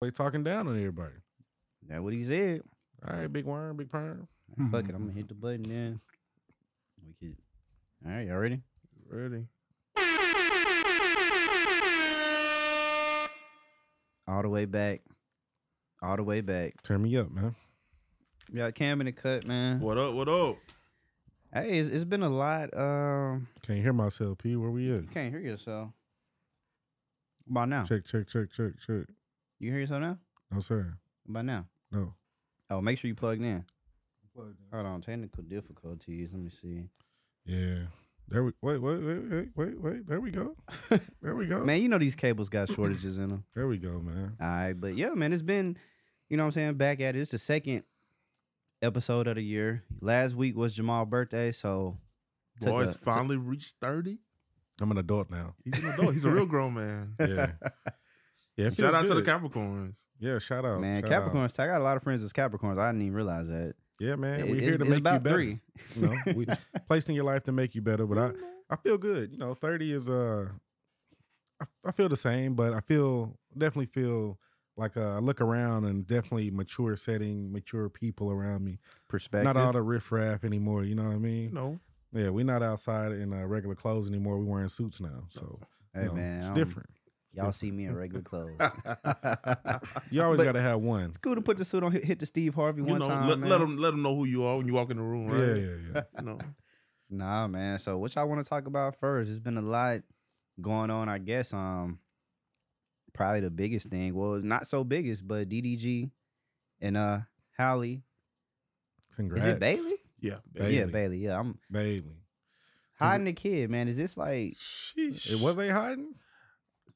Boy, talking down on everybody. That's what he said. All right, big worm, big perm. Fuck it, I'm gonna hit the button then. We could. All right, y'all ready? Ready? All the way back. All the way back. Turn me up, man. Yeah, Cam in the cut, man. What up? What up? Hey, it's, it's been a lot. Um, Can't hear myself, P. Where we at? you can't hear yourself. By now, Check, check, check, check, check. you hear yourself now. No, sir. By now. No. Oh, make sure you plugged in. Hold on, technical difficulties. Let me see. Yeah. There we wait, wait, wait, wait, wait, wait. There we go. There we go. Man, you know these cables got shortages in them. There we go, man. All right, but yeah, man, it's been, you know what I'm saying, back at it. It's the second episode of the year. Last week was Jamal's birthday, so took Boy's a- finally reached thirty. I'm an adult now. He's an adult. He's a real grown man. Yeah. Yeah. it feels Shout out to the good. Capricorns. Yeah, shout out. man, shout out. Capricorns. I got a lot of friends as Capricorns. I didn't even realize that. Yeah, man. It- We're it's, here to it's make about you better. three. You know, we placed in your life to make you better. But I, Mm-hmm. I feel good. You know, 30 is uh I, I feel the same, but I feel definitely feel like uh, I look around and definitely mature setting, mature people around me. Perspective. Not all the riffraff anymore, you know what I You mean? know, Yeah, we're not outside in uh, regular clothes anymore. We're wearing suits now. So you hey, know, man, it's um, different. Y'all see me in regular clothes. You always but- gotta have one. it's cool to put the suit on. Hit, hit the Steve Harvey you one know. time. let, man. let them let them know who you are when you walk in the room, right? Yeah, yeah, yeah. You know, Nah, man. So what y'all want to talk about first? It's been a lot going on, I guess. Um, probably the biggest thing. Well, it's not so biggest, but DDG and uh Hallie. Congrats. Is it Bailey? yeah. Bailey. Yeah, Bailey. Yeah, I'm Bailey. hiding the kid, man. Is this like? Sheesh. It was they hiding?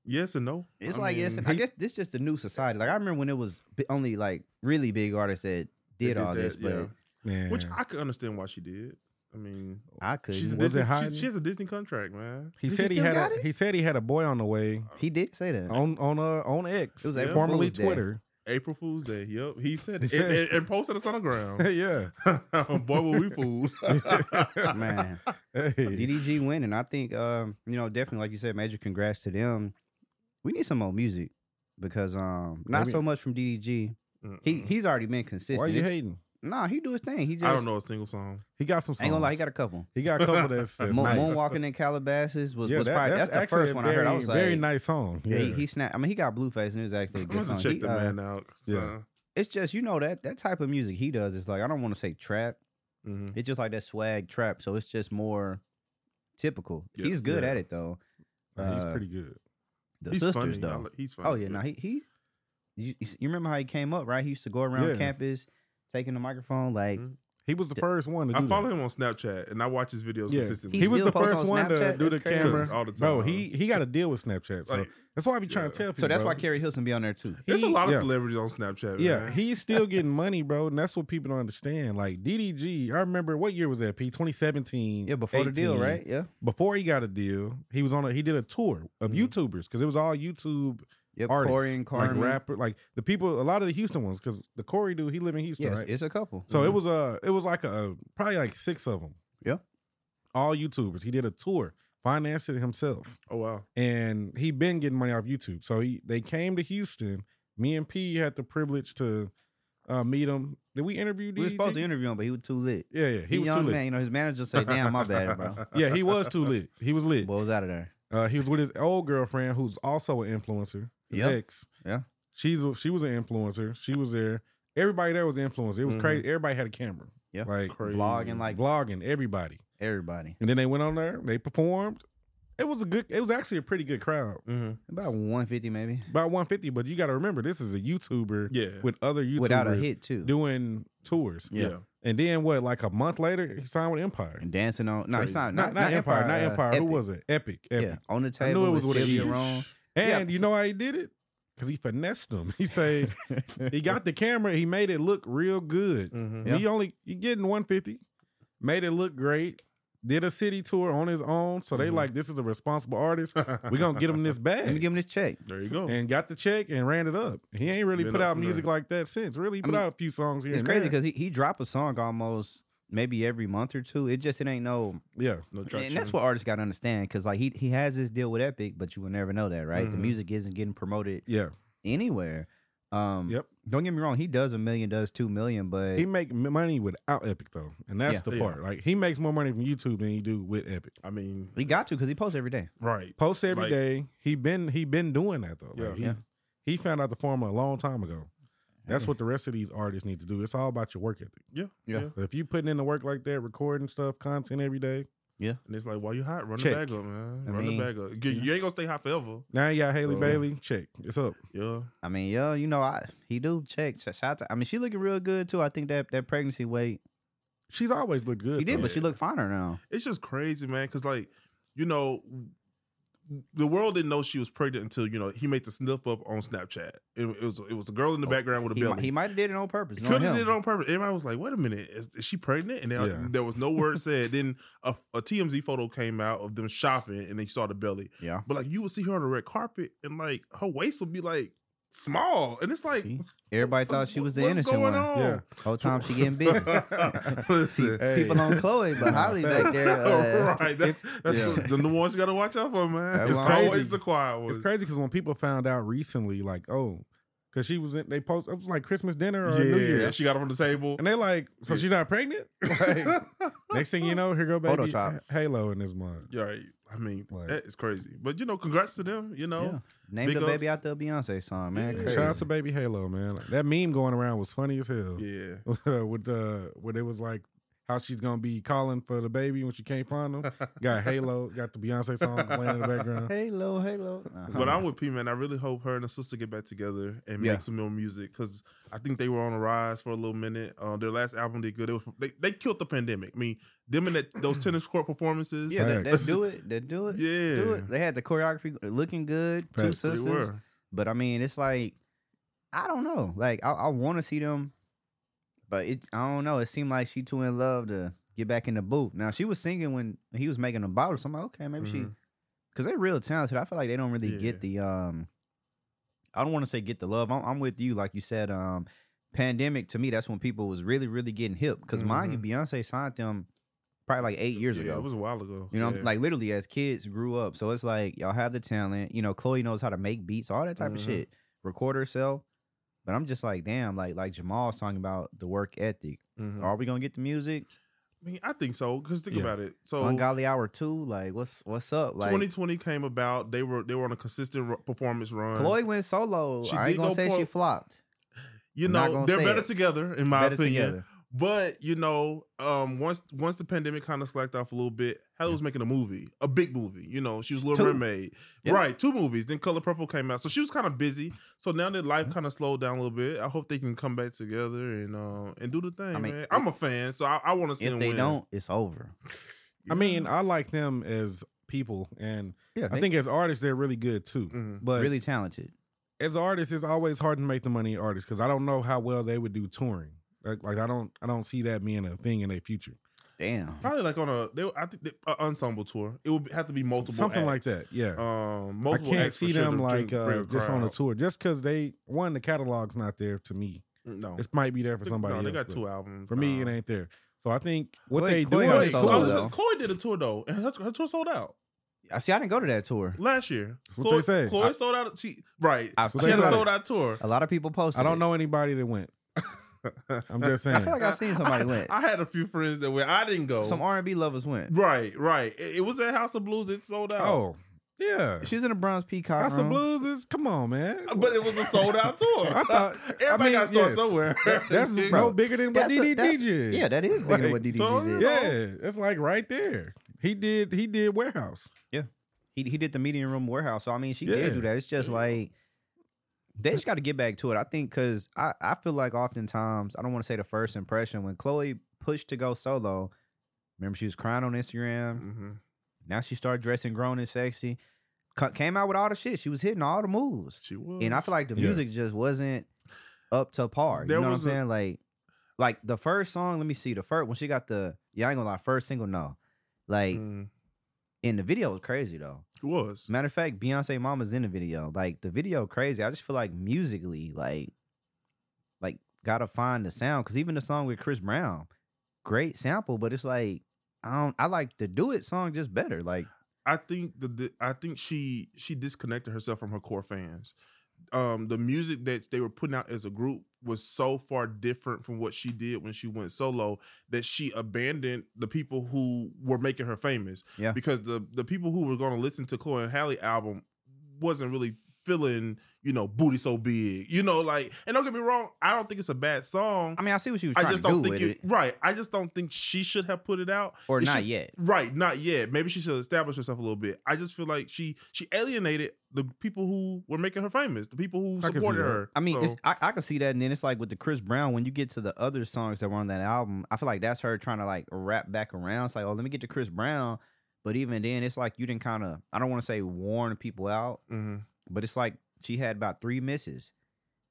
Yes and no. It's I like yes, mean, I guess this just a new society. Like I remember when it was bi- only like really big artists that they did all that, this, but yeah. Man. which I could understand why she did. I mean, I couldn't. she's a Was it Disney, hiding? she's, she has a Disney contract, man. he Does he said he, still had got a, it? he said he had a boy on the way he did say that. Oh, on on uh on X, It was and April formerly Fool's Day. Twitter. April Fool's Day. Yep, he said He it, said- and, and posted us on the Oh, ground. yeah. Boy, were we fooled. man, Hey. DDG winning. I think um, you know, definitely like you said, major congrats to them. We need some more music because um not Maybe- so much from DDG. He Mm-mm. he's already been consistent. Why are you It's- hating? Nah, he do his thing. He just I don't know a single song. He got some songs. Ain't gonna lie, he got a couple. he got a couple that's, that's Moon- nice. Moonwalking in Calabasas was, Yeah, was that- probably that's, that's, the actually first a one very, I heard. I was like, very nice song. Yeah. yeah, he, he snapped. I mean, he got Blueface, and it was actually a I'm good song. gonna check He, the uh, man out. yeah. It's just you know that that type of music he does is like I don't want to say trap. hmm It's just like that swag trap. So it's just more typical. Yeah, he's good yeah. at it though. Nah, he's uh, pretty good. The he's sisters funny. I though. li- he's funny. Oh yeah, no, he he. You, you s- you remember how he came up, right? He used to go around Yeah. Mm-hmm. campus taking the microphone, like Mhm. He was the d- first one to do I follow that. him on Snapchat and I watch his videos Yeah. consistently. He He was still the posts first on one to Snapchat? do the That's crazy. camera. All the time, Bro, huh? he he got to deal with Snapchat. So Like, that's why I be trying to yeah. tell people. so. That's bro. why Carrie Hilson be on there too. There's a He- lot of yeah. celebrities on Snapchat. Yeah, man. he's still getting money, bro, and that's what people don't understand. Like DDG, I remember what year was that? P 2017. Yeah, before the deal, 18. right? Yeah, Before he got a deal, he was on a he did a tour of Mhm. YouTubers because it was all YouTube yep. artists, Mm-hmm. Corey and Carmen. like rapper, like the people. A lot of the Houston ones because the Corey dude, he live in Houston, yes, right? it's a couple. So it Mhm. was uh it was like a probably like six of them. Yeah. all YouTubers. He did a tour, financed it himself, Oh wow. and he been getting money off YouTube. So he they came to Houston. Me and P had the privilege to uh, meet him. Did we interview? we were supposed to DDG? interview him, but he was too lit. Yeah, yeah, he was young too lit. man, you know, his manager said, "Damn, my bad, bro." Yeah, he was too lit. He was lit. Boy was out of there. Uh, he was with his old girlfriend, who's also an influencer. His Yeah. ex. Yeah. She's she was an influencer. She was there. Everybody there was an influencer. It was Mhm. crazy. Everybody had a camera. Mm-hmm. Yeah. like Crazy. Vlogging like vlogging. Everybody. everybody. And then they went on there. They performed. It was a good. It was actually a pretty good crowd. Mhm. About one fifty maybe, About 150. But you got to remember, this is a YouTuber Yeah. with other YouTubers without a hit too, doing tours. Yeah. And then what? Like a month later, he signed with Empire. and dancing on. No, it's Crazy. not Not, not, Empire, Not uh, Empire. Who Epic. was it? Epic. Epic. Yeah, on the table. I knew it was with with an Sylvia E. Rome. And you know how he did it? Because he finessed him. He said he got the camera. He made it look real good. Mhm. Yeah. He only he getting 150. Made it look great. Did a city tour on his own. So they Mhm. like, this is a responsible artist. We gonna get him this Mm-hmm. Let me bag. give him this check. There you go. And got the check and ran it up. He ain't really Been put up out from music there. like that since. Really, he put mean, out a few songs here. It's and crazy there. because he, he dropped a song almost maybe every month or two. It just it ain't no, yeah, no traction. and that's what artists got to understand because like he he has this deal with Epic, but you will never know that, right? The Mhm. music isn't getting promoted yeah. anywhere. Um, Yep. Don't get me wrong. He does a million, does two million, but He make m- money without Epic though, and that's Yeah. the Yeah. part. Like he makes more money from YouTube than he do with Epic. I mean, he got to because he posts every day. right. Posts every Like- day. He been he been doing that though. Yeah. Like, he, Yeah. he found out the formula a long time ago. That's Hey. what the rest of these artists need to do. It's all about your work ethic. Yeah. Yeah. But if you putting in the work like that, recording stuff, content every day, And it's like, why you hot? Run Check. the bag up, man. I Run mean, the bag up. You, you ain't gonna stay hot forever. now you got Haley So- Bailey. Check, it's up. Yeah. I mean, yeah, you know, I he do check. Sh- Shout out to, I mean, she looking real good too. I think that that pregnancy weight She's always looked good. he did, though. but she Yeah. look finer now. It's just crazy, man. Cause like, you know, the world didn't know she was pregnant until you know he made the snip up on Snapchat. It, it was it was a girl in the Oh, background with a He, mi- belly. he might have did it on purpose. Could knowing have him. did it on purpose. Everybody was like, "Wait a minute, is, is she pregnant?" And there, Yeah. there was no word said. Then a, a TMZ photo came out of them shopping, and they saw the belly. Yeah. But like, you would see her on the red carpet, and like her waist would be like small, and it's like, See? Everybody thought she was the what's innocent one. going on? Yeah. Whole time she getting busy. See, Listen, Hey. People on Chloe, but Holly back there. Uh, right? That's that's yeah. the, the ones you got to watch out for, man. That's It's why- always the quiet It's ones. crazy because when people found out recently, like, oh, because she was in, they post, it was like Christmas dinner or New Yeah, Year's. she got up on the table. And they like, so Yeah. she's not pregnant? Like, next thing you know, here go baby Photoshop. Halo in this month. Yeah, right. I mean, Like- that is crazy. But you know, congrats to them. You know, yeah. Name Big the baby ups. out the Beyonce song, man. Yeah. Crazy. Shout out to baby Halo, man. Like, that meme going around was funny as hell. yeah. With uh, where it was like how she's gonna be calling for the baby when she can't find him. Got Halo, got the Beyonce song playing in the background. Halo, Halo. But I'm with P man. I really hope her and her sister get back together and Yeah. make some more music because I think they were on a rise for a little minute. Uh, their last album did good. It was, they they killed the pandemic. I mean, them and that, those tennis court performances. yeah, that, that Facts. do it. That do it. yeah, Do it. They had the choreography looking good. Two Facts. they sisters. were. But I mean, it's like I don't know. Like I, I want to see them, but it I don't know. It seemed like she too in love to get back in the booth. Now she was singing when he was making the bottle. So I'm like, okay, maybe she, Mhm. because they're real talented. I feel like they don't really get the um. I don't want to say get the love. I'm, I'm with you, like you said. Um, pandemic to me, that's when people was really, really getting hip. Because mind you, Beyonce signed them probably like eight years Mm-hmm. yeah, ago. it was a while ago. You know, I'm- Yeah. like literally as kids grew up. So it's like y'all have the talent. You know, Chloe knows how to make beats, all that type of Mhm. shit. Record herself. But I'm just like, damn, like like Jamal's talking about the work ethic. Mhm. Are we gonna get the music? I mean, I think so. Because think Yeah. about it. So Ungodly hour two, like what's what's up? Like 2020 came about. They were they were on a consistent ro- performance run. Chloe went solo. She I did ain't gonna go say she pro- flopped. you I'm not know, gonna they're say better it. together in my Better opinion. together. But you know, um, once once the pandemic kind of slacked off a little bit, Haley was making a movie, a big movie. You know, she was Little Two. Mermaid, Yeah. right? Two movies. Then Color Purple came out, so she was kind of busy. So now that life Mm-hmm. kind of slowed down a little bit, I hope they can come back together and um and do the thing, mean, man. I'm a fan, so I, I want to see If them they win. don't, it's over. I mean, I like them as people, and Yeah, I think as artists they're really good too. Mhm. But really talented. as artists, it's always hard to make the money artists because I don't know how well they would do touring. Like, like I don't, I don't see that being a thing in their future. Damn. probably like on a they, I think they, a ensemble tour. It would have to be multiple, Something like acts. that. Yeah, Um, I multiple can't acts for see sure them to like drink- bring uh, just on a crowd. tour just because they one the catalog's not there to me. No, It might be there for Oh. They- somebody no, they else. got but two albums. For me, it Um, ain't there. So I think what Chloe- they Chloe doing already is sold cool. Chloe, though. Chloe did a tour though, and her, her tour sold out I see I didn't go to that tour. last year. what Chloe, they say. Chloe I- sold out. She right. I, what she they had a say. sold out tour. a lot of people posted. I don't it. know anybody that went. I'm just saying. I feel like I seen somebody I, went. I had a few friends that went. I didn't go. Some R and B lovers went. right, right. It, it was at House of Blues. It sold out. oh yeah, She's in a bronze peacock. House of room. Blues is come on, man. Uh, But it was a sold out tour. I thought- Everybody I mean, got to start yes. somewhere. That's Yeah. no bigger than what That's a- that's- DDG is. Yeah, that is bigger Like, than what so, DDG's is. you know. Yeah, it's like right there. He did. He did warehouse. He, he did the meeting room warehouse. So I mean, she Yeah. did do that. It's just Yeah. like they just got to get back to it. I think because I I feel like oftentimes I don't want to say the first impression when Chloe pushed to go solo. Remember she was crying on Instagram. Mhm. Now she started dressing grown and sexy. Ca- Came out with all the shit. She was hitting all the moves, She was. and I feel like the Yeah. music just wasn't up to par. There you know was a- what I'm saying? Like, like the first song. Let me see the first when she got the. Yeah, I ain't gonna lie. First single, no. Like, Mhm. and the video was crazy though. She was. Matter of fact, Beyonce Mama's in the video. Like the video crazy. I just feel like musically, like, like gotta find the sound. Cause even the song with Chris Brown, great sample, but it's like I don't I like the do it song just better. Like I think the, the I think she she disconnected herself from her core fans. um the music that they were putting out as a group was so far different from what she did when she went solo that she abandoned the people who were making her famous. Yeah. Because the the people who were going to listen to Chloe and Halle album wasn't really feeling, you know, booty so big. You know, like and don't get me wrong, I don't think it's a bad song. I mean, I see what you was I trying just to do don't with think you it, right. I just don't think she should have put it out. or it not should- yet. Right, not yet. Maybe she should establish herself a little bit. I just feel like she she alienated the people who were making her famous, the people who I can see supported that. her. I mean, it's, So, I, I can see that, and then it's like with the Chris Brown. When you get to the other songs that were on that album, I feel like that's her trying to like wrap back around. It's like, oh, let me get to Chris Brown. But even then, it's like you didn't kind of. I don't want to say warn people out, mhm. but it's like she had about three misses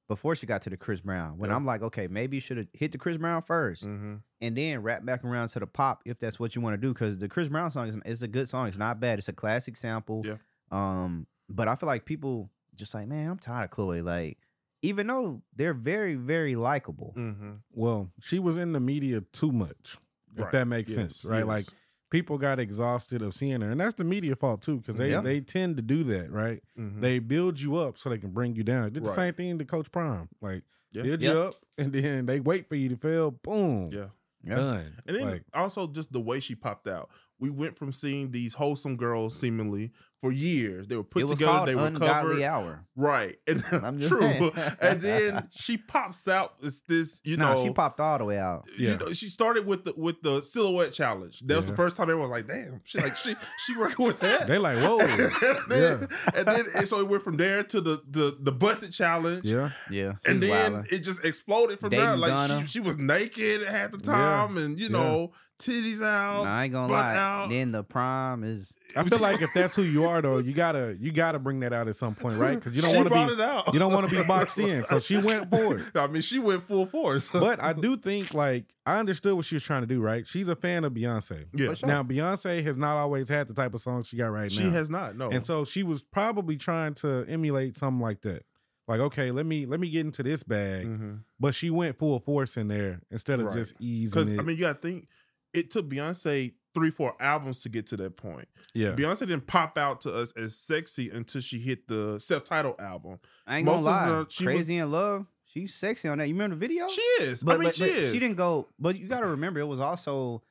before she got to the Chris Brown. When Yeah. I'm like, okay, maybe you should have hit the Chris Brown 1st Mhm. and then wrap back around to the pop if that's what you want to do. Because the Chris Brown song is it's a good song. It's not bad. It's a classic sample. Yeah. Um, but I feel like people just like, man, I'm tired of Chloe. Like, even though they're very, very likable. Mhm. Well, she was in the media too much. If Right. that makes Yes, sense, right? yes. Like people got exhausted of seeing her, and that's the media fault too, because they Yeah. they tend to do that, right? Mhm. They build you up so they can bring you down. Did the Right. same thing to Coach Prime, like Yeah. build you Yeah. up, and then they wait for you to fail. Boom, yeah. Yeah. Uh, done. And then like, also just the way she popped out. We went from seeing these wholesome girls seemingly for years. They were put it was together, called they were Ungodly covered. Hour. Right. And I'm just true. saying. and then she pops out. It's this, you No, know. she popped all the way out. Yeah. you know, she started with the with the silhouette challenge. That was the Yeah. first time everyone was like, "Damn, she like she she working with that." they like whoa, and, then, and then and so it went from there to the the the busted challenge. yeah. Yeah. And she's then wildin'. it just exploded from Dating there. Like Ghana. she, she was naked half the Yeah. time, and you Yeah. know, titties out. Nah, I ain't gonna butt lie. out. Then the prime is I feel like if that's who you are, though, you gotta you gotta bring that out at some point, right? Because you don't She want brought to it out. be you don't want to be boxed in. So she went for it. I mean, she went full force. But I do think like I understood what she was trying to do, right? She's a fan of Beyonce. yeah, for sure. Now Beyonce has not always had the type of song she got right she now, has not. No, and so she was probably trying to emulate something like that. Like okay, let me let me get into this bag, Mm. Mhm. but she went full force in there instead of Right. just easing Because it. I mean, you gotta think it took Beyonce three, four albums to get to that point. yeah, Beyonce didn't pop out to us as sexy until she hit the self-titled album. I ain't gonna Most of lie. the- she was- Crazy in love. She's sexy on that. You remember the video? She is. Oh. But, I mean, but- she but is. didn't go. But you got to remember, it was also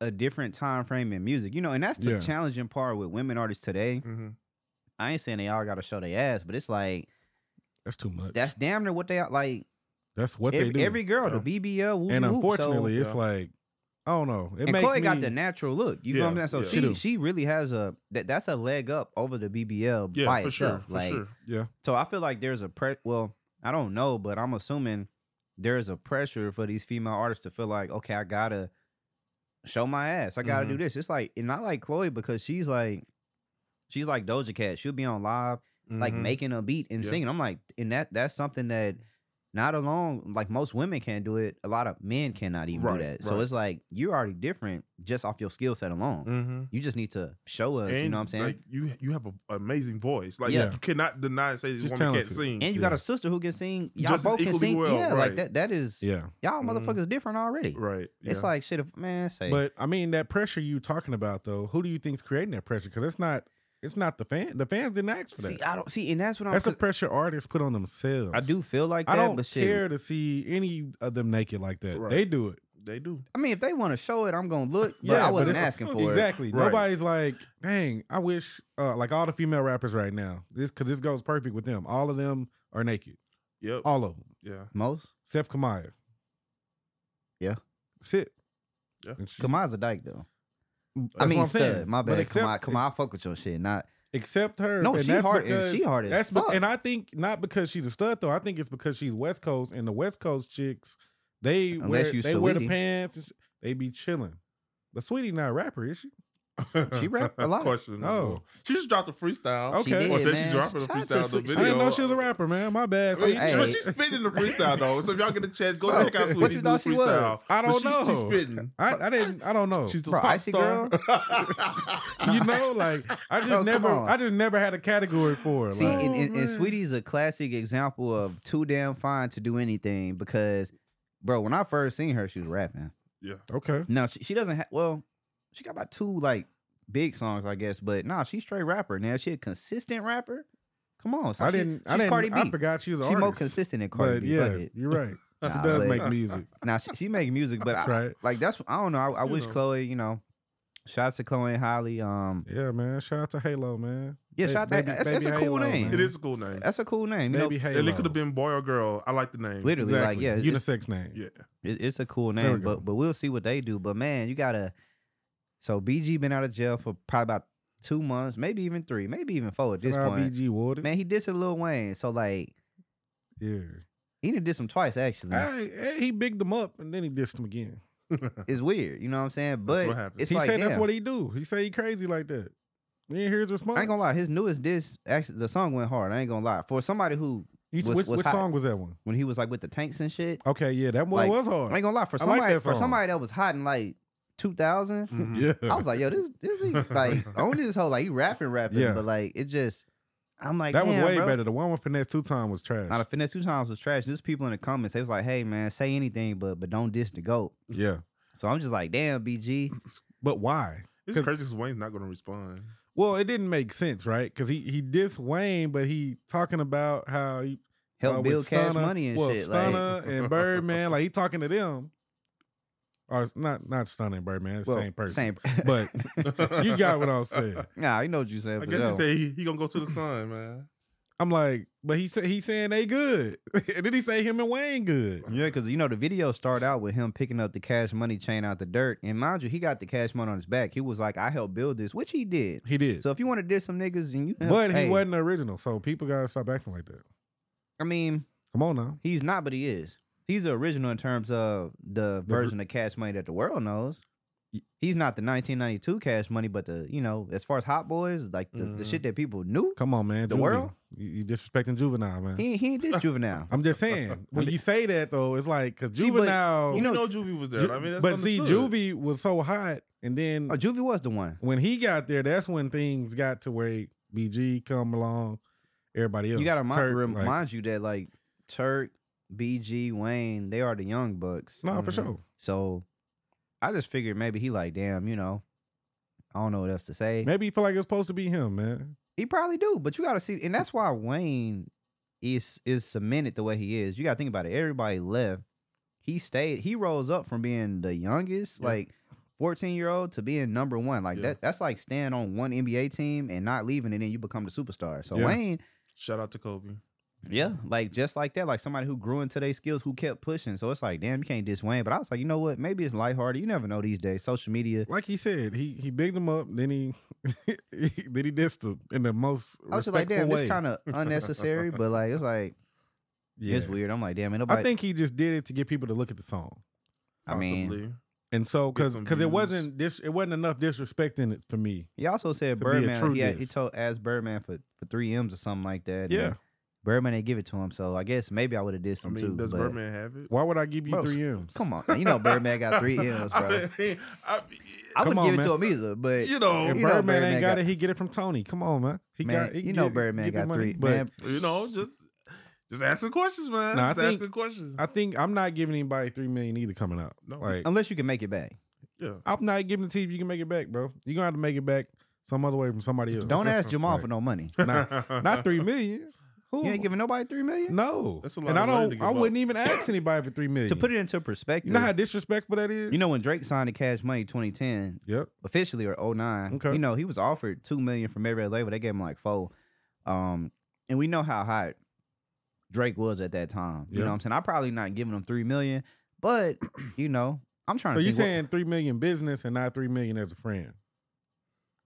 a different time frame in music, you know. And that's the Yeah. challenging part with women artists today. Mhm. I ain't saying they all got to show their ass, but it's like that's too much. That's that's damn near what they like. that's what every, they do. every girl, Yeah. the BBL, woo, and woo, so- unfortunately, it's yeah. like I don't know. It and makes Chloe me, got the natural look. You feel Yeah, what I'm saying? So yeah. She do. she she really has a that that's a leg up over the BBL Yeah, by for itself. sure. For like sure. yeah. So I feel like there's a pre. Well, I don't know, but I'm assuming there's a pressure for these female artists to feel like, okay, I gotta show my ass. I gotta do Mm-hmm. this. It's like, and not like Chloe because she's like, she's like Doja Cat. She'll be on live, like Mhm. making a beat and Yeah. singing. I'm like, and that that's something that not alone, like most women can't do it. A lot of men cannot even Right, do that. So right. it's like you're already different just off your skill set alone. Mhm. You just need to show us. you And, know what I'm saying? Like you, you have an amazing voice. Like Yeah. you cannot deny and say this She's woman talented. can't sing. and you got Mm-hmm. yeah. a sister who can sing. Y'all Just as both can equally sing. well, yeah, right. like that. That is Yeah. Mm-hmm. y'all Mhm. motherfuckers different already. right. It's like shit. If man say, But I mean, that pressure you talking about though, who do you think's creating that pressure? Because it's not, it's not the fan. The fans didn't ask for that. see, I don't see, and that's what I'm. That's the 'cause pressure artists put on themselves. I do feel like that, I don't but shit. care to see any of them naked like that. Right. They do it. they do. I mean, if they want to show it, I'm gonna look. But I wasn't it's- asking for it. exactly. Right. Nobody's like, dang, I wish uh, like all the female rappers right now. This because this goes perfect with them. All of them are naked. Yep. Oh, All of them yeah. Most except Kamaya. Yeah. that's it. Yeah. And she- Kamai's a dyke though. I That's mean, what I'm saying. stud, my But bad. except- Kamai, Kamai, I fuck with your shit. Not Except her. No, and she that's hard- and because- she hard as that's be- fuck. and I think not because she's a stud though. I think it's because she's West Coast and the West Coast chicks, they wear Unless you they wear the Saweetie. pants. and sh- They be chilling. But Sweetie not a rapper, is she? She rap a lot. Of course she don't. Oh. She just dropped a freestyle. Okay. She did, Or said man. she's dropping a Shout out to freestyle the Sweet- video. I didn't know she was a rapper, man. My bad. Well, Sweetie. Hey. but she's spitting the freestyle though. So if y'all get a chance, go Bro, check out what you Sweetie's new thought she was? freestyle. I But don't she's- She's know. spitting. I, I didn't. I don't know. She's the Oh. Bro, pop Icy star. you know, like I just Bro, come never. on. I just never had a category for it. see, like, and, and, man. and Sweetie's a classic example of too damn fine to do anything because, bro, when I first seen her, she was rapping. yeah. okay. No, she, she doesn't have. Well, she got about two like big songs, I guess. But nah, she's straight rapper. Now she a consistent rapper. Come on, so I she- didn't. I she's didn't. Cardi B. I forgot she was an She's more artist. consistent than Cardi But B. yeah, fuck it. you're right. She Nah, does but- uh, make music. Now she, she make music, but That's I, right. like that's I don't know. I, I You wish know. Chloe, you know, shout out to Chloe and Holly. Um, Yeah, man. Shout out to Halo, man. yeah, Ba- shout out. to- baby- that's, that's baby a Halo, cool name. man. It is a cool name. That's a cool name. You know, Baby Halo. And it could have been boy or girl. I like the name. literally, like Exactly. yeah, it's, unisex name. Yeah. it- it's a cool There we name. go. But but we'll see what they do. But man, you gotta. So BG been out of jail for probably about two months, maybe even three, maybe even four at this Shout out point. BG Warden. Man, he did some Lil Wayne, so like Yeah. he done did some twice actually. Hey, hey, he bigged him up and then he dissed him again. It's weird, you know what I'm saying? But what happens. it's he like said that's damn. what he do. He said he crazy like that. You didn't hear his response. I ain't gonna lie, his newest diss actually the song went hard. I ain't gonna lie. For somebody who You- was- which was which hot. song was that one? when he was like with the tanks and shit, Okay, yeah, that one Like, was hard. I ain't gonna lie. For Oh. I like somebody that for song. somebody that was hot in like 2000, Mhm. yeah. I was like, yo, this this nigga, like on this whole like he rapping rapping, Yeah. but like it just I'm like that was damn, way bro. better. The one with finesse two time was trash. Now the finesse two times was trash. There's people in the comments. They was like, "Hey man, say anything, but but don't diss the goat." yeah, So I'm just like, "Damn, BG." but why? It's 'Cause- crazy because Wayne's not going to respond. Well, it didn't make sense, right? Because he he dissed Wayne, but he talking about how he Help uh, with build cash Stunna- money and well, shit. Like, Stunna and Birdman, like he talking to them. Or it's not not Stunna and Birdman, it's the well, same person. Same, But you got what I was saying. Nah, you know what you said. I for guess he sure. say he, he gonna go to the sun, man. I'm like, but he said he's saying they good, and then he say him and Wayne good. Yeah, because you know the video started out with him picking up the cash money chain out the dirt, and mind you, he got the cash money on his back. He was like, "I helped build this," which he did. He did, So if you want to diss some niggas, and you, but hey, he wasn't original. So people gotta stop acting like that. I mean, Come on now. he's not, but he is. He's the original in terms of the br- version of cash money that the world knows. He's not the 1992 cash money, but the you know, as far as Hot Boys, like the, the Mhm. shit that people knew, Come on, man. The Juvie. world? you, you disrespecting juvenile, man. he ain't- he ain't diss juvenile. I'm just saying. When you say that though, it's like because See, but juvenile. you You know- know, Juvie was there. Oh. Ju- I mean, that's but see, understood. Juvie was so hot, and then Oh, Juvie was the one. when he got there, that's when things got to where BG come along, everybody else. You gotta mind, Turk, rem- like- mind you that like Turk, BG, Wayne, they are the young bucks. no, for Mhm. sure. So I just figured maybe he like, damn, you know, I don't know what else to say. Maybe you feel like it's supposed to be him, man. He probably do, but you gotta see, and that's why Wayne is is cemented the way he is. You gotta think about it. Everybody left. He stayed, he rose up from being the youngest, Yeah. like 14 year old to being number one. Like Yeah. that that's like staying on one NBA team and not leaving and then you become the superstar. So Yeah. Wayne Shout out to Kobe. Yeah, like just like that, like somebody who grew into their skills, who kept pushing. So it's like, damn, you can't diss Wayne. But I was like, you know what? Maybe it's lighthearted. You never know these days. Social media. Like he said, he he bigged him up, then he then he dissed him in the most I was just like, damn, respectful way. it's kind of unnecessary. But like, it's like yeah. it's weird. I'm like, damn, ain't nobody. I think he just did it to get people to look at the song. I mean, possibly. And so, Get because some because it views. wasn't this, it wasn't enough disrespecting it for me. he also said to be a Birdman. Like, true he, had, he diss. told asked Birdman for for three M's or something like that. and Yeah. Birdman didn't give it to him. So I guess maybe I would have did I some mean, too. does but- Birdman have it? Why would I give you Bro, three M's? Come on, man. you know Birdman got three M's, bro. I mean, I- I Come wouldn't on, give it man. to him either. But you know, If you know Birdman, Birdman ain't got, got- it, he get it from Tony. Come on, man. He man, got. He you know get- Birdman get the got money, three. But man, you know, just just asking questions, man. Nah, I just think- asking questions. I think I'm not giving anybody three million either coming up. No. Like unless you can make it back. yeah, I'm not giving it to you. if You can make it back, bro. You're gonna have to make it back some other way from somebody else. Don't ask Jamal Like, for no money. Nah, Not three million. Who? You ain't giving nobody three million. no. That's a lot and of I money don't. to give I up. wouldn't even ask anybody for three million. To put it into perspective, you know how disrespectful that is. when Drake signed to Cash Money 2010 Yep. officially or 09, Okay. you know he was offered two million from every other label. They gave him like four, um, and we know how hot Drake was at that time. You Yeah. know what I'm saying? I'm probably not giving him three million, but you know I'm trying So to. you think what- saying three million business and not three million as a friend?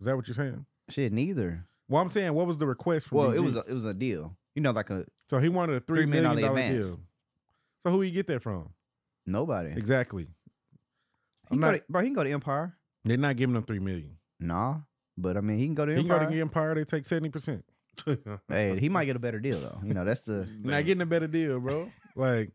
Is that what you're saying? shit? Neither. Well, I'm saying what was the request from? Well, it BG? was a, it was a deal. You know, like a so he wanted a three $3 million million dollar advance. deal. So who you get that from? nobody. Exactly. He I'm can go not- to- bro, he can go to Empire. They're not giving him three million. Nah, but I mean he can go to You can go Empire. to the Empire. They take seventy percent. hey, he might get a better deal though. You know that's the Not getting a better deal, bro. like.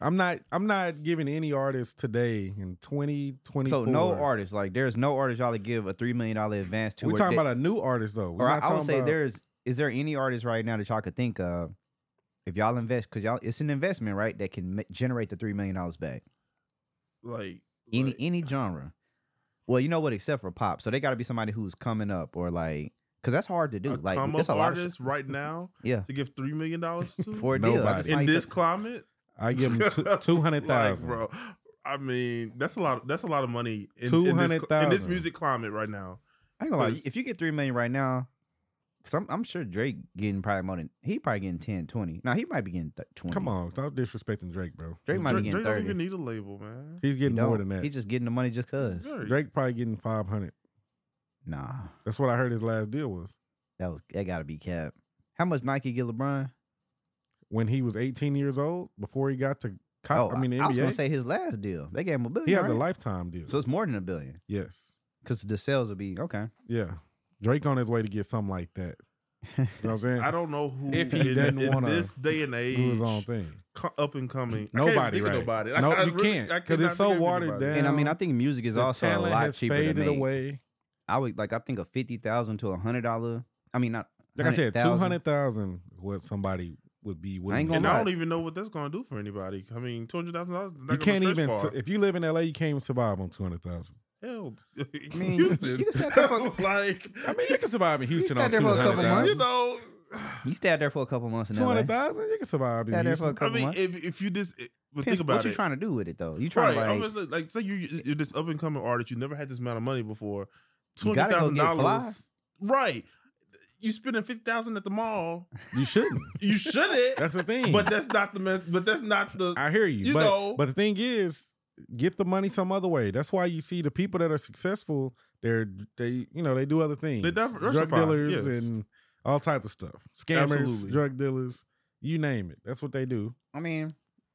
I'm not. I'm not giving any artist today in 2024. So no artist, like there's no artist y'all to give a three million dollar advance to. We're or talking that- about a new artist though. We're or I, not I would talking say about- there's is there any artist right now that y'all could think of if y'all invest because y'all it's an investment right that can ma- generate the three million dollars back like any like, any genre. Well, you know what, except for pop, so they got to be somebody who's coming up or like because that's hard to do. a like come that's up a lot of artist shit. right now Yeah, to give three million dollars to for a deal. I Nobody. just in think this that- climate. I give him two hundred thousand. like, bro. I mean, that's a lot. That's a lot of money in, in, this, in this 200,000. music climate right now. I ain't gonna lie. Cause- If you get three million right now, i I'm, I'm sure Drake getting probably more than he probably getting 10, 20. Now he might be getting th- twenty. Come on, stop disrespecting Drake, bro. Drake might be Drake, getting Drake don't thirty. even need a label, man. He's He getting more don't. than that. He's just getting the money just cause. Drake- Drake probably getting five hundred. Nah, That's what I heard his last deal was that was that gotta be cap. How much Nike get LeBron? when he was eighteen years old before he got to. oh, Cop, I mean, the I was gonna NBA. say his last deal. They gave him a billion. he has a right? lifetime deal. so it's more than a billion yes, because the sales will be okay. yeah. Drake on his way to get something like that. You know what I'm saying? I don't know who If he in, doesn't in wanna this day and age, do his own thing. co- up and coming. I can't Nobody, think of right? nobody. No, I, I you really- can't, I 'cause it's cannot so think of watered anybody. down. and I mean, Now, I think music is The also a talent lot has cheaper to faded make. away. I would like I think a fifty thousand to a hundred dollar. I mean, not Like I said, two 100,000. hundred thousand is what somebody would be willing. gonna to And do. I lie. don't even know what that's going to do for anybody. I mean, two hundred thousand dollars. You can't even su- if you live in LA, you can't even survive on two hundred thousand. Hell, I mean, Houston. you can stand there for- like, I mean, you can survive in Houston sat on there two for a couple hundred months. you thousand. know, You stay out there for a couple months in Two LA. hundred thousand, you can survive Stay out in there for a Houston. I couple mean, months. if if you just it- but think Depends about what you it. trying to do with it though? You Right. trying I'm to like just like, like, say you you're this up and coming artist. You never had this amount of money before. You Two gotta hundred go thousand get dollars. Right. You spending fifty thousand at the mall. You shouldn't. You shouldn't. That's the thing. but that's not the. me- But that's not the. I hear you. You but, know. but the thing is, get the money some other way. That's why you see the people that are successful, they're they you know, they do other things. drug diversify, dealers yes. and all type of stuff. Scammers, Absolutely. drug dealers, you name it. That's what they do. I mean,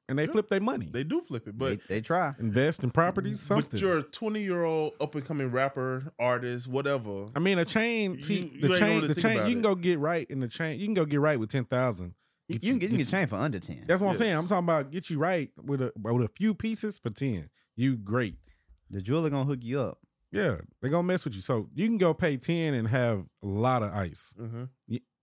And they Yeah. flip their money. They do flip it, but they, they try. invest in properties, something. But you're a 20 year old up and coming rapper, artist, whatever. I mean, a chain. You- See, you the ain't chain. gonna The think chain. about You can it. go get right in the chain. You can go get right with ten thousand. You, you can get you can get chain for under ten. That's what I'm saying. I'm Yes. talking about get you right with a with a few pieces for ten. You great. The jeweler gonna hook you up. Yeah, they're gonna mess with you. So you can go pay ten and have a lot of ice. Mhm.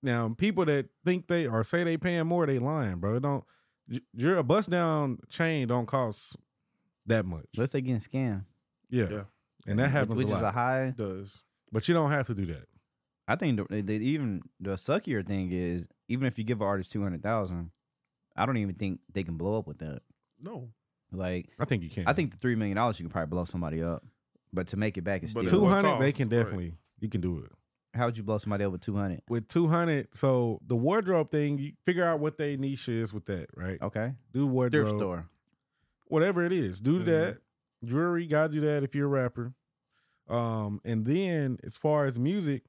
Now, people that think they or say they paying more, they lying, bro. It don't j- you're a bust down chain don't cost that much. Let's say getting scammed, Yeah, Yeah. and that happens which a is lot. a high. It does. but you don't have to do that. I think the, the, even the suckier thing is even if you give an artist two hundred thousand, I don't even think they can blow up with that. No. Like I think you can. I think the three million dollars you can probably blow somebody up, but to make it back is But still. two hundred, cost, they can right. definitely you can do it. How would you blow somebody up with two hundred? with 200 so the wardrobe thing you figure out what they niche is with that right Okay, do thrift wardrobe store. whatever it is do Mhm. that jewelry gotta do that if you're a rapper um and then as far as music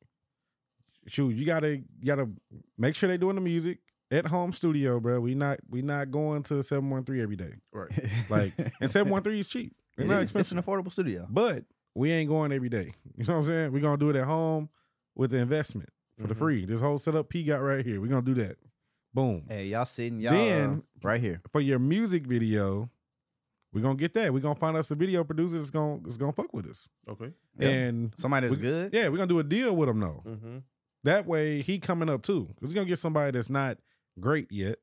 shoot you gotta you gotta make sure they doing the music at home studio bro we not we not going to 713 every day Right. Like, and 713 is cheap It they're not is. expensive It's an affordable studio. but we ain't going every day you know what i'm saying we're gonna do it at home with the investment for the Mm-hmm. Mhm. free this whole setup p got right here we're gonna do that boom Hey, y'all sitting y'all Then- uh, right here. for your music video, we're gonna get that. We're gonna find us a video producer that's gonna that's gonna fuck with us. Okay. Yeah. And Somebody that's we- good. yeah, we're gonna do a deal with him though. Mm-hmm. That way he coming up too. Because he's gonna get somebody that's not great yet,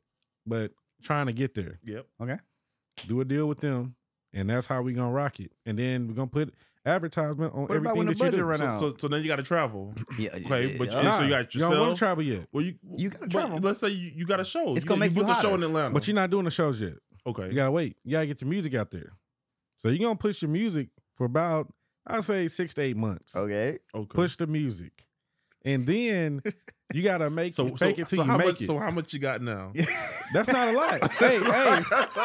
but trying to get there. Yep. Do a deal with them, and that's how we gonna rock it. And then we're gonna put advertisement on What about everything when the that you budget do. run So, out? so, so then you got to travel. yeah, Okay, but yeah, you- Nah, so got you don't want yourself. to travel yet, Well, you You gotta but travel. Let's say you, you got a show. It's gonna make you booked a show hotter. in Atlanta. but you're not doing the shows yet. okay. You gotta wait. You gotta get your music out there. So you're gonna push your music for about I'd say six to eight months. okay. Oh, okay. push the music, and then you gotta make So, it, so, fake it till so you how make much? it. So how much you got now? That's not a lot. hey, hey.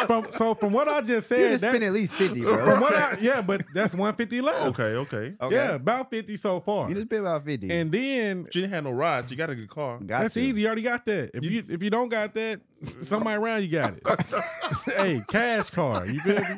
From, so from what I just said, that- at least fifty, from what I, yeah, but that's one fifty left. okay. Okay. Okay. Yeah, about fifty so far. You just spent about fifty. And then But you didn't have no rides. You got a good car. Got that's to. easy. You already got that. If you, You- if you don't got that, somebody around you got it. hey, cash car. You feel me?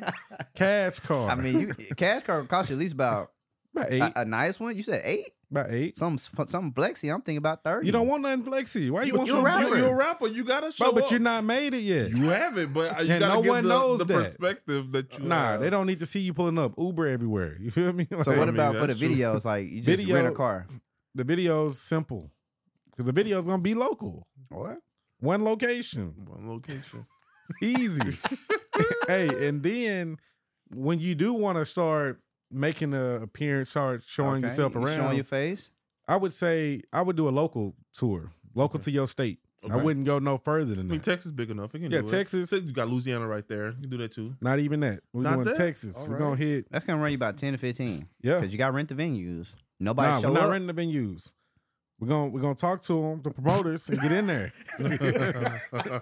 Cash car. I mean, you, cash card cost you at least about about a, eight, a nice one. You said eight. about eight. Some some flexy. I'm thinking about thirty. You don't want nothing flexy. Why you, You, want you, some? a rapper. you You a rapper. You got to show bro, but up. you're not made it yet. You have it, but uh, you And gotta no give one the, knows the that. perspective that you. Nah, have. they don't need to see you pulling up Uber everywhere. You feel me? So Like, what mean, about for the that's true. videos? Like you just rent a Video- car. the video's simple because the video's gonna be local, What? one location, One location. easy. hey, and then when you do want to start making an appearance, start showing yourself around, Showing your face. I would say I would do a local tour, local Okay. to your state. I Okay. wouldn't go no further than I that. mean, Texas big enough. You can Yeah, do it. Texas. So You got Louisiana right there. You can do that too. Not even that. We're Not going that? Texas. All We're right. gonna hit. That's gonna run you about ten to fifteen Yeah. because you got to rent the venues. Nobody Nah, show we're not up. renting the venues. We're gonna we're gonna talk to them, the promoters, and get in there.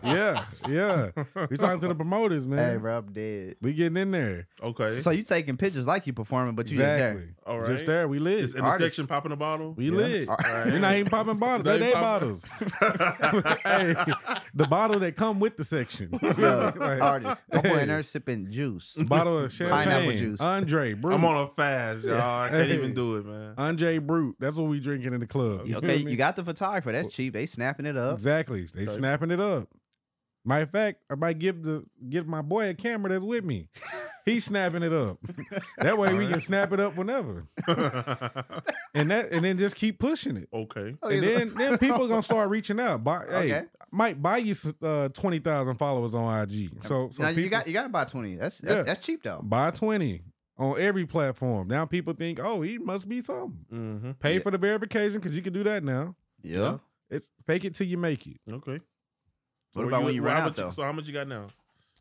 yeah, yeah. We talking to the promoters, man. hey, bro, I'm dead. We getting in there. okay. So you taking pictures like you performing, but you exactly. All right. Just there. We lit. It's in the Artists. section popping a bottle. we Yeah. lit. All right. We're not even popping bottles. They They they pop- bottles. Hey, the bottle that come with the section. just there. Yo, Like, artist. My boy Hey. in there sipping juice. bottle of champagne. Pineapple juice. Andre Brute. I'm on a fast, y'all. I can't Hey. even do it, man. Andre Brute. That's what we drinking in the club. You feel Okay, me? you got the photographer. That's cheap. They snapping it up. Exactly. They Okay. snapping it up. Matter of fact, I might give the give my boy a camera that's with me. He's snapping it up. That way we can Alright. snap it up whenever. And that and then just keep pushing it. okay. And then then people gonna start reaching out. Buy, Hey, Oh, Okay. might buy you s- uh, twenty thousand followers on IG. So, so now you people- got you got to buy twenty. That's that's, Yeah. that's cheap though. buy twenty on every platform. Now people think, oh, he must be something. Mm-hmm. Pay Yeah. for the verification because you can do that now. Yeah. It's fake it till you make it. Okay. What about when you well, run how out much you- though? So how much you got now?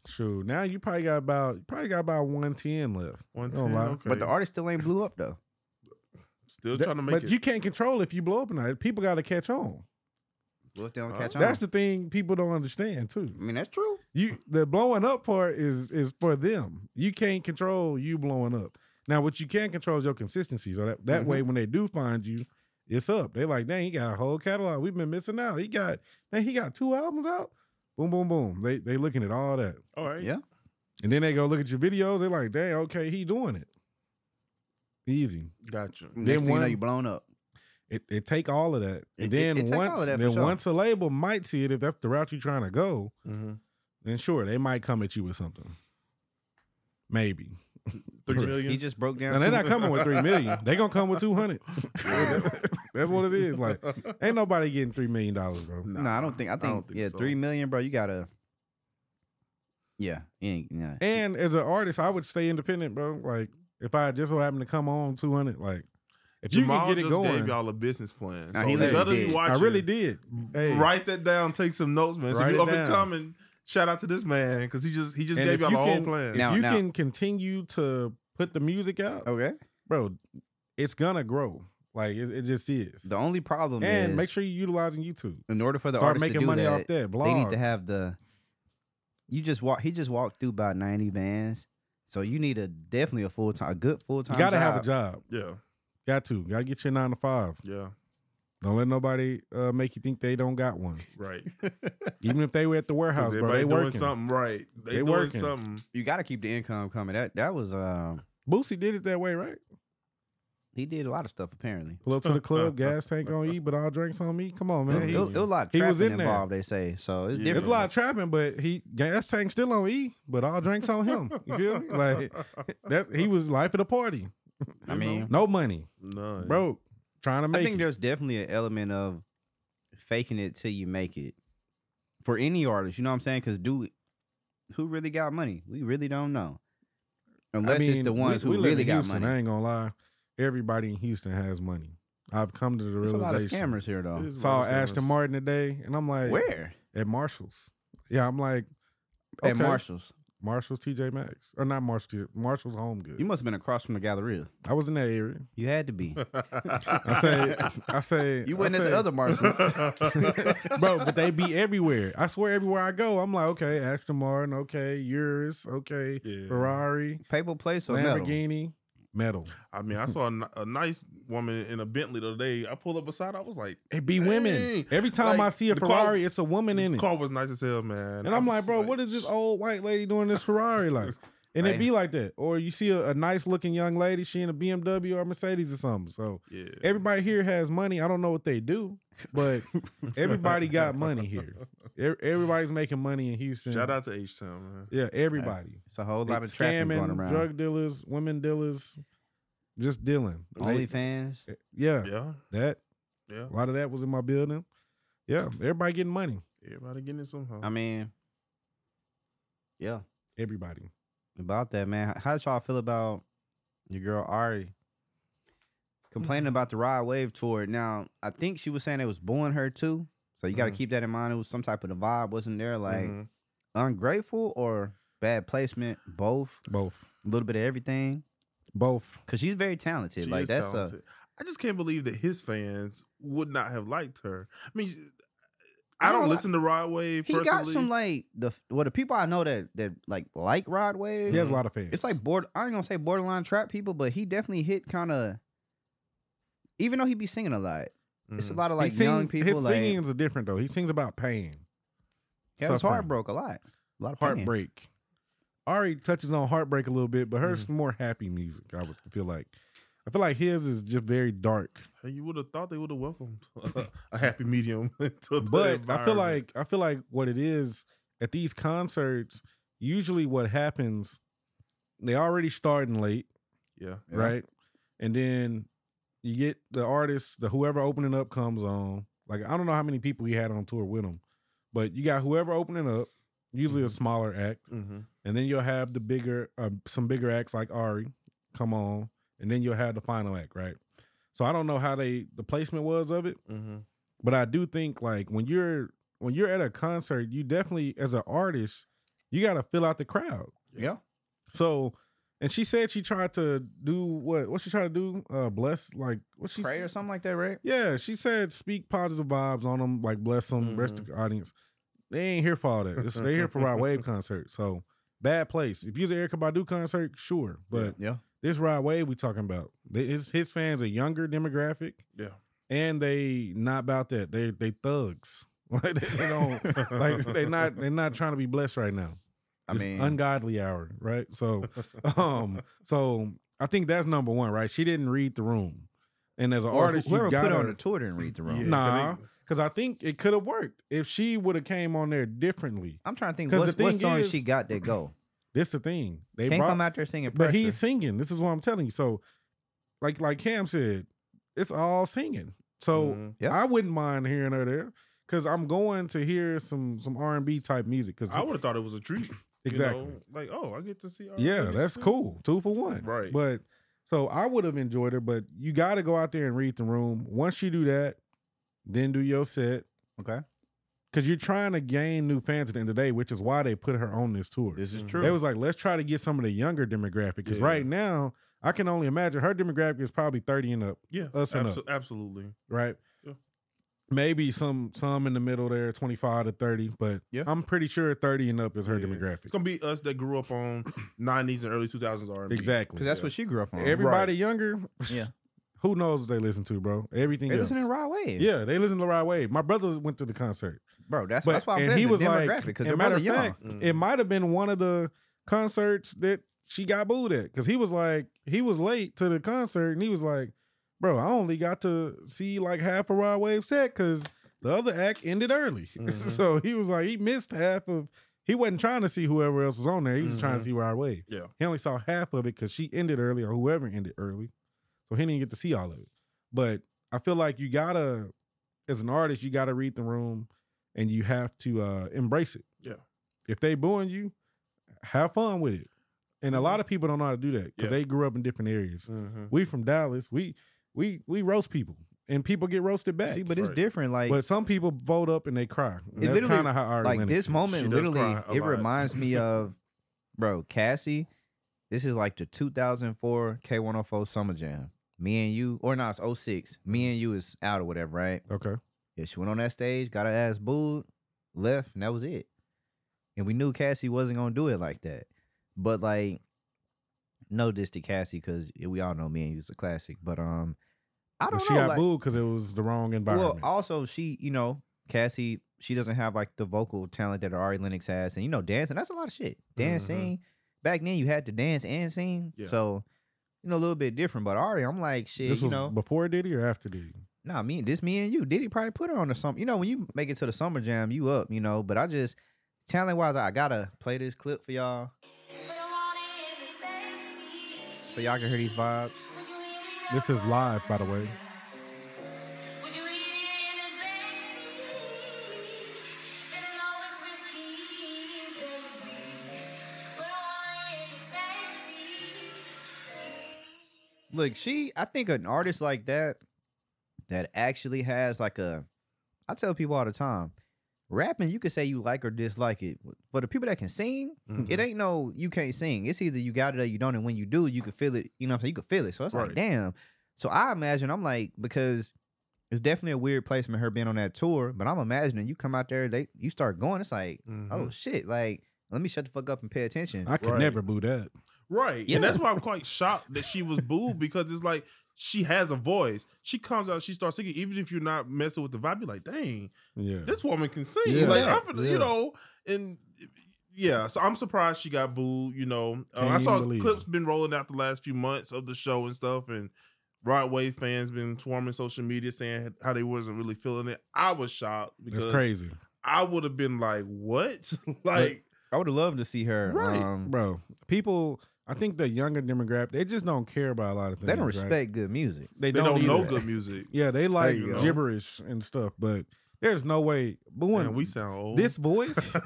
True. Now you probably got about you probably got about one ten left. One Don't ten. lie. Okay. But the artist still ain't blew up though. still That- trying to make but it. you can't control if you blow up or not. People got to catch on. What if they don't Huh? catch on? Uh, That's the thing people don't understand too. I mean, that's true. You the blowing up part is is for them. You can't control you blowing up. Now what you can control is your consistency. So that, that Mhm. Mm-hmm. way when they do find you, it's up. They like, dang, he got a whole catalog. We've been missing out. He got man, he got two albums out. Boom, boom, boom. They they looking at all that. All right. Yeah. And then they go look at your videos. They're like, dang, okay, he doing it. Easy. Gotcha. Next thing you know, one- you blown up. It, it take all of that, and It- it- then it take all once of that for then sure. once a label might see it if that's the route you're trying to go, Mm-hmm. then sure they might come at you with something, maybe. Three He million. just broke down. And they're two- not coming with three million; they gonna come with two hundred. that's what it is. Like ain't nobody getting three million dollars, bro. No, I don't think. I think, don't think yeah, so. three million, bro. You gotta. Yeah, you ain't, yeah. And as an artist, I would stay independent, bro. Like if I just so happen to come on two hundred, like if Jamal you can get it just going, gave y'all a business plan. Nah, so he literally none of did. you I watching, really did. Hey. Write that down. Take some notes, man. So Write you it up and down. coming. Shout out to this man because he just he just And if gave y'all you the whole can- plan. If Now- you can continue to put the music out, Okay. bro, it's gonna grow. Like it, it just is. The only problem and is make sure you're utilizing YouTube. in order for the Start artist to making do money that, off that. Blog. they need to have the. You just walk. He just walked through about ninety bands, so you need a definitely a full time, a good full time. you gotta have a job. yeah, Got to. Gotta get your nine to five. yeah, Don't let nobody uh, make you think they don't got one. right. Even if they were at the 'Cause warehouse, bro, everybody they doing working. something right. They, They doing working. something. You gotta keep the income coming. That that was um. Boosie did it that way, right? He did a lot of stuff apparently. Pull up to the club, gas tank on E, but all drinks on me. Come on, man. it, He- it was a lot of he was trapping in there. involved. They say so. It's Yeah. different. it's a lot of trapping, but he gas tank still on E, but all drinks on him. You feel me? Like that he was life of the party. I mean, No money. no, Broke. Trying to I make think it. there's definitely an element of faking it till you make it for any artist. You know what I'm saying? Because do who really got money? We really don't know, unless it's the we- ones we who live in really got Houston, I money. ain't gonna lie. Everybody in Houston has money. I've come to the There's a lot of realization. scammers here though. It is a Saw lot of Ashton scammers. Martin today, and I'm like, Where At Marshalls. Yeah, I'm like, at okay, Marshalls? Marshalls, TJ Maxx, or not Marshalls, TJ Marshalls Home Goods. You must have been across from the Galleria. I was in that area. You had to be. I said, I said, You I went at said, the other Marshalls. bro, but they be everywhere. I swear, everywhere I go, I'm like, okay, Ashton Martin, okay, Urus, okay, Yeah. Ferrari, Paper place or metal? Lamborghini, metal. I mean, I saw a, ni- a nice woman in a Bentley the other day. I pulled up beside. her. I was like, It be women. Dang. Every time Like, I see a the car- Ferrari, it's a woman in the it. car was nice as hell, man. And I'm I like, was bro, what is this old white lady doing this Ferrari like? And it Right. be like that. Or you see a, a nice looking young lady, she in a BMW or Mercedes or something. So Yeah. everybody here has money. I don't know what they do, but everybody got money here. E- Everybody's making money in Houston. Shout out to H Town, man. Yeah, everybody. It's a whole They lot of trapping going scamming, around. drug dealers, women dealers, just dealing. They- OnlyFans. yeah, Yeah, that. yeah. A lot of that was in my building. Yeah, everybody getting money. Everybody getting it somehow. I mean, yeah. Everybody. about that, man. How did y'all feel about your girl Ari complaining Mm-hmm. about the Rod Wave tour. Now, I think she was saying it was booing her too. So you got to Mhm. keep that in mind. It was some type of the vibe, wasn't there? Like Mhm. ungrateful or bad placement, both, Both. a little bit of everything. Both. Cause she's very talented. She like is that's talented. I just can't believe that his fans would not have liked her. I mean, I I don't don't- listen to Rod Wave a he personally. got some like the well the people I know that that like like Rod Wave. He has a lot of fans. It's like board. I ain't gonna say borderline trap people, but he definitely hit kind of. Even though he be singing a lot, it's a Mhm. lot of like he young sings, people. His Like singings are different though. He sings about pain, yeah, his suffering. heart broke a lot. A lot of pain. heartbreak. Ari touches on heartbreak a little bit, but hers Mm-hmm. is more happy music. I would feel like. I feel like his is just very dark. And you would have thought they would have welcomed a happy medium into the but I feel environment. like I feel like what it is at these concerts, usually what happens, they already starting late, yeah, Yeah. right? And then you get the artist, the whoever opening up comes on. Like I don't know how many people he had on tour with him, but you got whoever opening up, usually a Mhm. smaller act, Mm-hmm, Mhm. and then you'll have the bigger, uh, some bigger acts like Ari come on, and then you'll have the final act, right? So I don't know how they the placement was of it, mm-hmm. Mhm. but I do think like when you're when you're at a concert, you definitely as an artist, you got to fill out the crowd. Yeah. So, and she said she tried to do what? What she tried to do? Uh, bless like what she? Pray or s- something like that, right? Yeah, she said speak positive vibes on them, like bless them, rest Mm-hmm. the audience. They ain't here for all that. It's, they here for Rod Wave concert. So bad place. If you was an Erica Badu concert, sure, but Yeah. this Rod Wave we talking about, they, his, his fans are younger demographic yeah. and they not about that. They they thugs. Like they, they don't like they not they're not trying to be blessed right now. I It's mean, ungodly hour, right? So um so I think that's number one, right? She didn't read the room. And as an or artist, whoever you put got it on the to tour didn't read the room. Yeah, Nah. they- because I think it could have worked if she would have came on there differently. I'm trying to think 'Cause what's, the what thing song is- she got that go. This the thing they Can't brought, come out there singing pressure. but he's singing. This is what I'm telling you. So, like like Cam said, it's all singing. So Mhm. Yep. I wouldn't mind hearing her there because I'm going to hear some some R and B type music. Because I would have thought it was a treat. you exactly, know? Like, oh, I get to see. our yeah, ladies that's too. cool. Two for one, Right. But so I would have enjoyed her, but you got to go out there and read the room. Once you do that, then do your set okay. because you're trying to gain new fans at the end of the day, which is why they put her on this tour. This is Mhm. true. They was like, let's try to get some of the younger demographic because Yeah. right now I can only imagine her demographic is probably thirty and up, Yeah, Us and abso- absolutely. right? Yeah. Maybe some some in the middle there, twenty five to thirty, but Yeah. I'm pretty sure thirty and up is her Yeah. It's demographic. gonna be us that grew up on '90s and early 2000s R&B. Exactly. Because that's Yeah. what she grew up on. Everybody younger, yeah. who knows what they listen to, bro? Everything They else. listening to Rod Wave. yeah, they listen to the right way. My brother went to the concert. Bro, that's, But- that's why I'm and saying he the was like- demographic. Because and they're matter of rather young. fact, Mhm. It might have been one of the concerts that she got booed at because he was like, he was late to the concert and he was like, bro, I only got to see like half a Rod Wave set because the other act ended early. Mhm. so he was like, he missed half of, he wasn't trying to see whoever else was on there. He was trying Mhm. to see Rod Wave. Yeah. He only saw half of it because she ended early or whoever ended early. So he didn't get to see all of it. But I feel like you gotta, as an artist, you gotta read the room and you have to uh embrace it. Yeah. If they booing you, have fun with it. And a lot of people don't know how to do that Mm-hmm. Yeah. because they grew up in different areas. Mm-hmm. Mhm. We from Dallas, we we we roast people and people get roasted back. See, but, but it's Right. different. Like, some people vote up and they cry. It That's literally- kind of how Ari like Lennox this is. She moment does literally cry a it lot. reminds me of bro cassie this is like the 2004 k104 summer jam me and you or no it's 06 me and you is out or whatever right Okay. yeah she went on that stage got her ass booed left and that was it and we knew cassie wasn't gonna do it like that but like no diss to cassie because we all know me and you's a classic but um i But don't she know got like- booed because it was the wrong well, environment. also she, you know, Cassie, she doesn't have like the vocal talent that Ari Lennox has, and you know, dancing that's a lot of shit. Mm-hmm. Dancing back then, you had to dance and sing, Yeah. so you know a little bit different. But Ari, I'm like shit, this you was know, before Diddy or after Diddy? nah, me, this me and you. Diddy probably put her on to something. You know, when you make it to the summer jam, you up, you know. But I just talent wise, I gotta play this clip for y'all so y'all can hear these vibes. This is live, by the way. Look, she. I think an artist like that, that actually has like a. I tell people all the time, rapping. You can say you like or dislike it. For the people that can sing, Mm-hmm. it ain't no you can't sing. It's either you got it or you don't. And when you do, you can feel it. You know what I'm saying? You can feel it. So it's Right. like, damn. So I imagine I'm like, because it's definitely a weird placement her being on that tour, but I'm imagining you come out there, they you start going, it's like, Mhm. oh shit, like let me shut the fuck up and pay attention. I could Right. never boo that. Right. Yeah. And that's why I'm quite shocked that she was booed because it's like she has a voice. She comes out, she starts singing, even if you're not messing with the vibe, you're like, dang, Yeah. this woman can sing. Yeah. Like, I'm, finna- Yeah. you know, and yeah, so I'm surprised she got booed. You know, Uh, Can't I even saw believe clips it. been rolling out the last few months of the show and stuff, and Broadway fans been swarming social media saying how they wasn't really feeling it. I was shocked because That's crazy, I would have been like, what? like, I would have loved to see her. Right, um, bro. People, I think the younger demographic, they just don't care about a lot of things. they don't right? respect good music. They, they don't, either. know good music. Yeah, they like you go. gibberish and stuff, but there's no way booing Man, we sound old. this voice.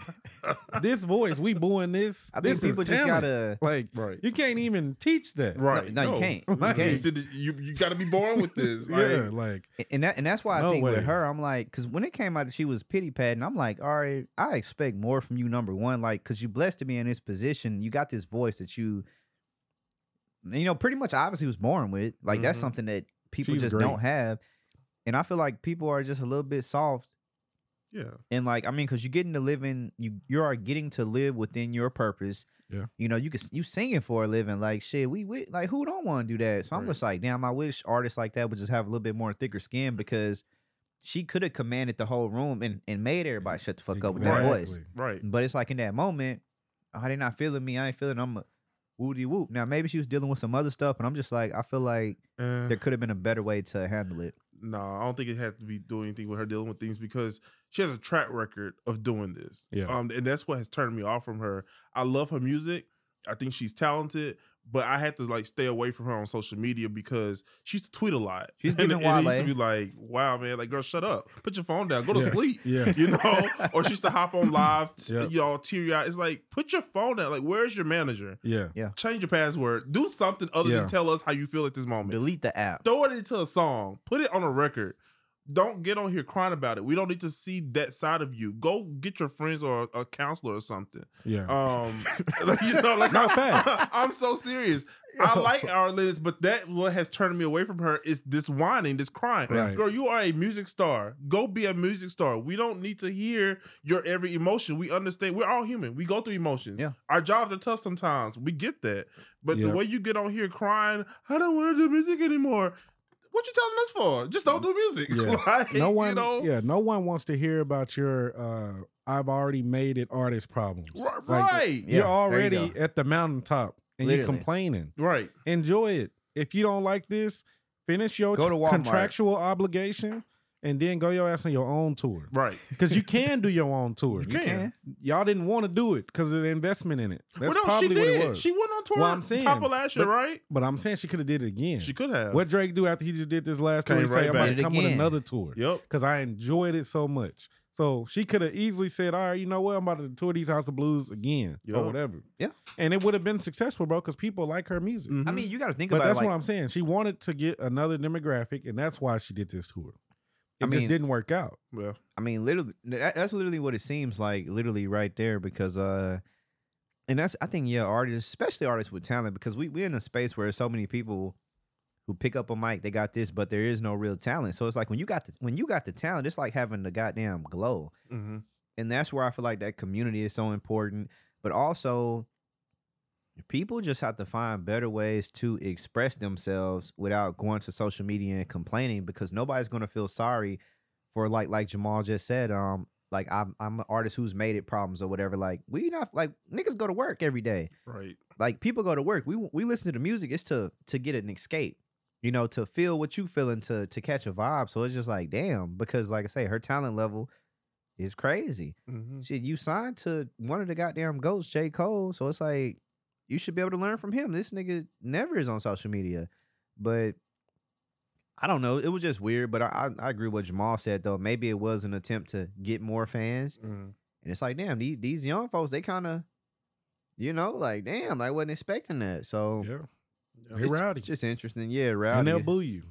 this voice, we booing this. I think this people is just talent. gotta like right. you can't even teach that. Right. No, no, you can't. You Like, can't. You, you, got to be born with this. Like, yeah, like and that and that's why I No think way. with her, I'm like, because when it came out that she was pity padding, I'm like, all right, I expect more from you. Number one, like, because you blessed to be in this position, you got this voice that you, you know, pretty much obviously was born with. Like that's Mhm. something that people Mm-hmm. She's just great. don't have, and I feel like people are just a little bit soft yeah. and like I mean, because you're getting to live in you you are getting to live within your purpose. Yeah. You know, you can you singing for a living. Like shit, we, we like who don't want to do that? So I'm Right. just like, damn, I wish artists like that would just have a little bit more thicker skin because she could have commanded the whole room and, and made everybody shut the fuck up with that voice. Exactly. Right. But it's like in that moment, oh, they not feeling me. I ain't feeling I'm a woody whoop. Now maybe she was dealing with some other stuff, and I'm just like, I feel like Uh, there could have been a better way to handle it. no, I don't think it had to be doing anything with her dealing with things because she has a track record of doing this. Yeah. Um, and that's what has turned me off from her. I love her music. I think she's talented, but I had to like stay away from her on social media because she used to tweet a lot. She's and, giving and it used to Wale. be like, "Wow, man! Like, girl, shut up! Put your phone down. Go to Yeah. sleep." Yeah. you know, or she used to hop on live, t- Yep. y'all teary eyed. It's like, put your phone down. Like, where's your manager? Yeah. Change your password. Do something other Yeah. than tell us how you feel at this moment. Delete the app. Throw it into a song. Put it on a record. Don't get on here crying about it. We don't need to see that side of you. Go get your friends or a, a counselor or something. Yeah. Um, like, you know, like No, facts. I'm so serious. I like our limits, but that what has turned me away from her is this whining, this crying. Right. Girl, you are a music star. Go be a music star. We don't need to hear your every emotion. We understand. We're all human. We go through emotions. Yeah. Our jobs are tough sometimes. We get that. But Yeah. the way you get on here crying, I don't want to do music anymore. What you telling us for? Just don't do music. Yeah. Like, no one You know? yeah, no one wants to hear about your uh I've already made it artist problems. Ri- Like, Right. You're Yeah, there you already go. at the mountaintop and you're Literally. complaining. Right. Enjoy it. If you don't like this, finish your Go to Walmart. contractual obligation and then go your ass on your own tour. Right. Because you can do your own tour. You can. Y'all didn't want to do it because of the investment in it. That's well, no, probably she what did. it was. She went on tour Well, I'm saying, top of last year, but- right? but I'm saying she could have did it again. She could have. What Drake do after he just did this last Came tour? He say, right I'm back. going Did to it come on again. another tour Yep. because I enjoyed it so much. So she could have easily said, all right, you know what? I'm about to tour these House of Blues again Yup. or whatever. Yeah. And it would have been successful, bro, because people like her music. Mhm. I mean, you got to think But about that's it, like, what I'm saying. She wanted to get another demographic, and that's why she did this tour. It I just mean- didn't work out. well, I mean, literally, that, that's literally what it seems like, literally right there. Because, uh, and that's I think yeah, artists, especially artists with talent, because we we're in a space where so many people who pick up a mic, they got this, but there is no real talent. So it's like when you got the when you got the talent, it's like having the goddamn glow hmm and that's where I feel like that community is so important. But also, people just have to find better ways to express themselves without going to social media and complaining because nobody's going to feel sorry for like like Jamal just said. Um, like I'm I'm an artist who's made it problems or whatever. Like we not like niggas go to work every day. right. Like people go to work. We we listen to the music. It's to to get an escape. You know, to feel what you feeling, to to catch a vibe. So it's just like, damn, because like I say, her talent level is crazy. Mm-hmm. hmm Shit, you signed to one of the goddamn ghosts, J. Cole. So it's like you should be able to learn from him. This nigga never is on social media. But I don't know. It was just weird. But I, I, I agree with what Jamal said though. Maybe it was an attempt to get more fans. And it's like, damn, these these young folks, they kind of, you know, like, damn, I wasn't expecting that. So Yeah. They rowdy. It's just interesting. Yeah, and rowdy. they'll boo you.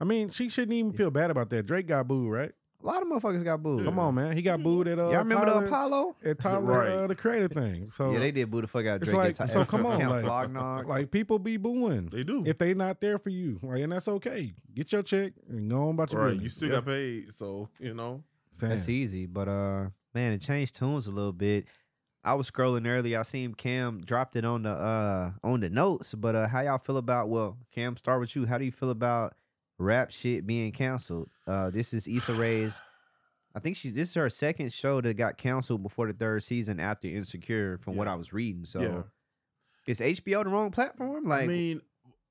I mean, she shouldn't even feel bad about that. Drake got booed, right? a lot of motherfuckers got booed. Come on, man. He got booed at uh, Y'all remember Tyler, the Apollo? at Tyler Right. uh, the creator thing. So yeah, they did boo the fuck out of it's Drake. and like- Ty- so come on, like- Count Flognog. like people be booing They do. if they not there for you, like, and that's okay. Get your check and go on about your right. You business. still Yep. got paid, so you know. Saying. That's easy. But uh man, it changed tunes a little bit. I was scrolling earlier, I seen Cam dropped it on the uh on the notes. But uh how y'all feel about well, Cam, start with you. How do you feel about rap shit being canceled? Uh this is Issa Rae's I think she's this is her second show that got canceled before the third season after Insecure, from what Yeah. I was reading. So yeah. is HBO the wrong platform? Like I mean,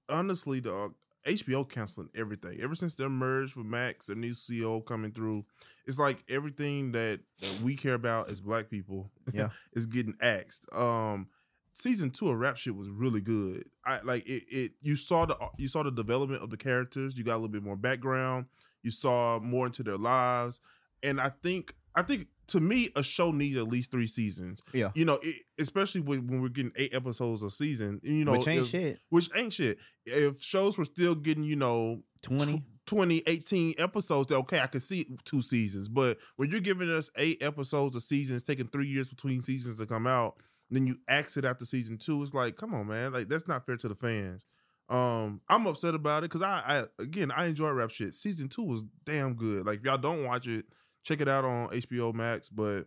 honestly, dog, HBO canceling everything ever since their merge with Max, their new CEO coming through. It's like everything that, that we care about as Black people, Yeah. is getting axed. Um, season two of Rap Shit was really good. I like it. It you saw the you saw the development of the characters. You got a little bit more background. You saw more into their lives, and I think I think to me a show needs at least three seasons. Yeah. you know, it, especially when, when we're getting eight episodes a season. You know, which ain't if- shit. which ain't shit. If shows were still getting, you know, Twenty. tw- 20, 18 episodes, then okay, I could see two seasons. But when you're giving us eight episodes of seasons, taking three years between seasons to come out, then you exit after season two, it's like, come on, man. Like, that's not fair to the fans. Um, I'm upset about it because I, I, again, I enjoy rap shit. Season two was damn good. Like, if y'all don't watch it, check it out on HBO Max. But,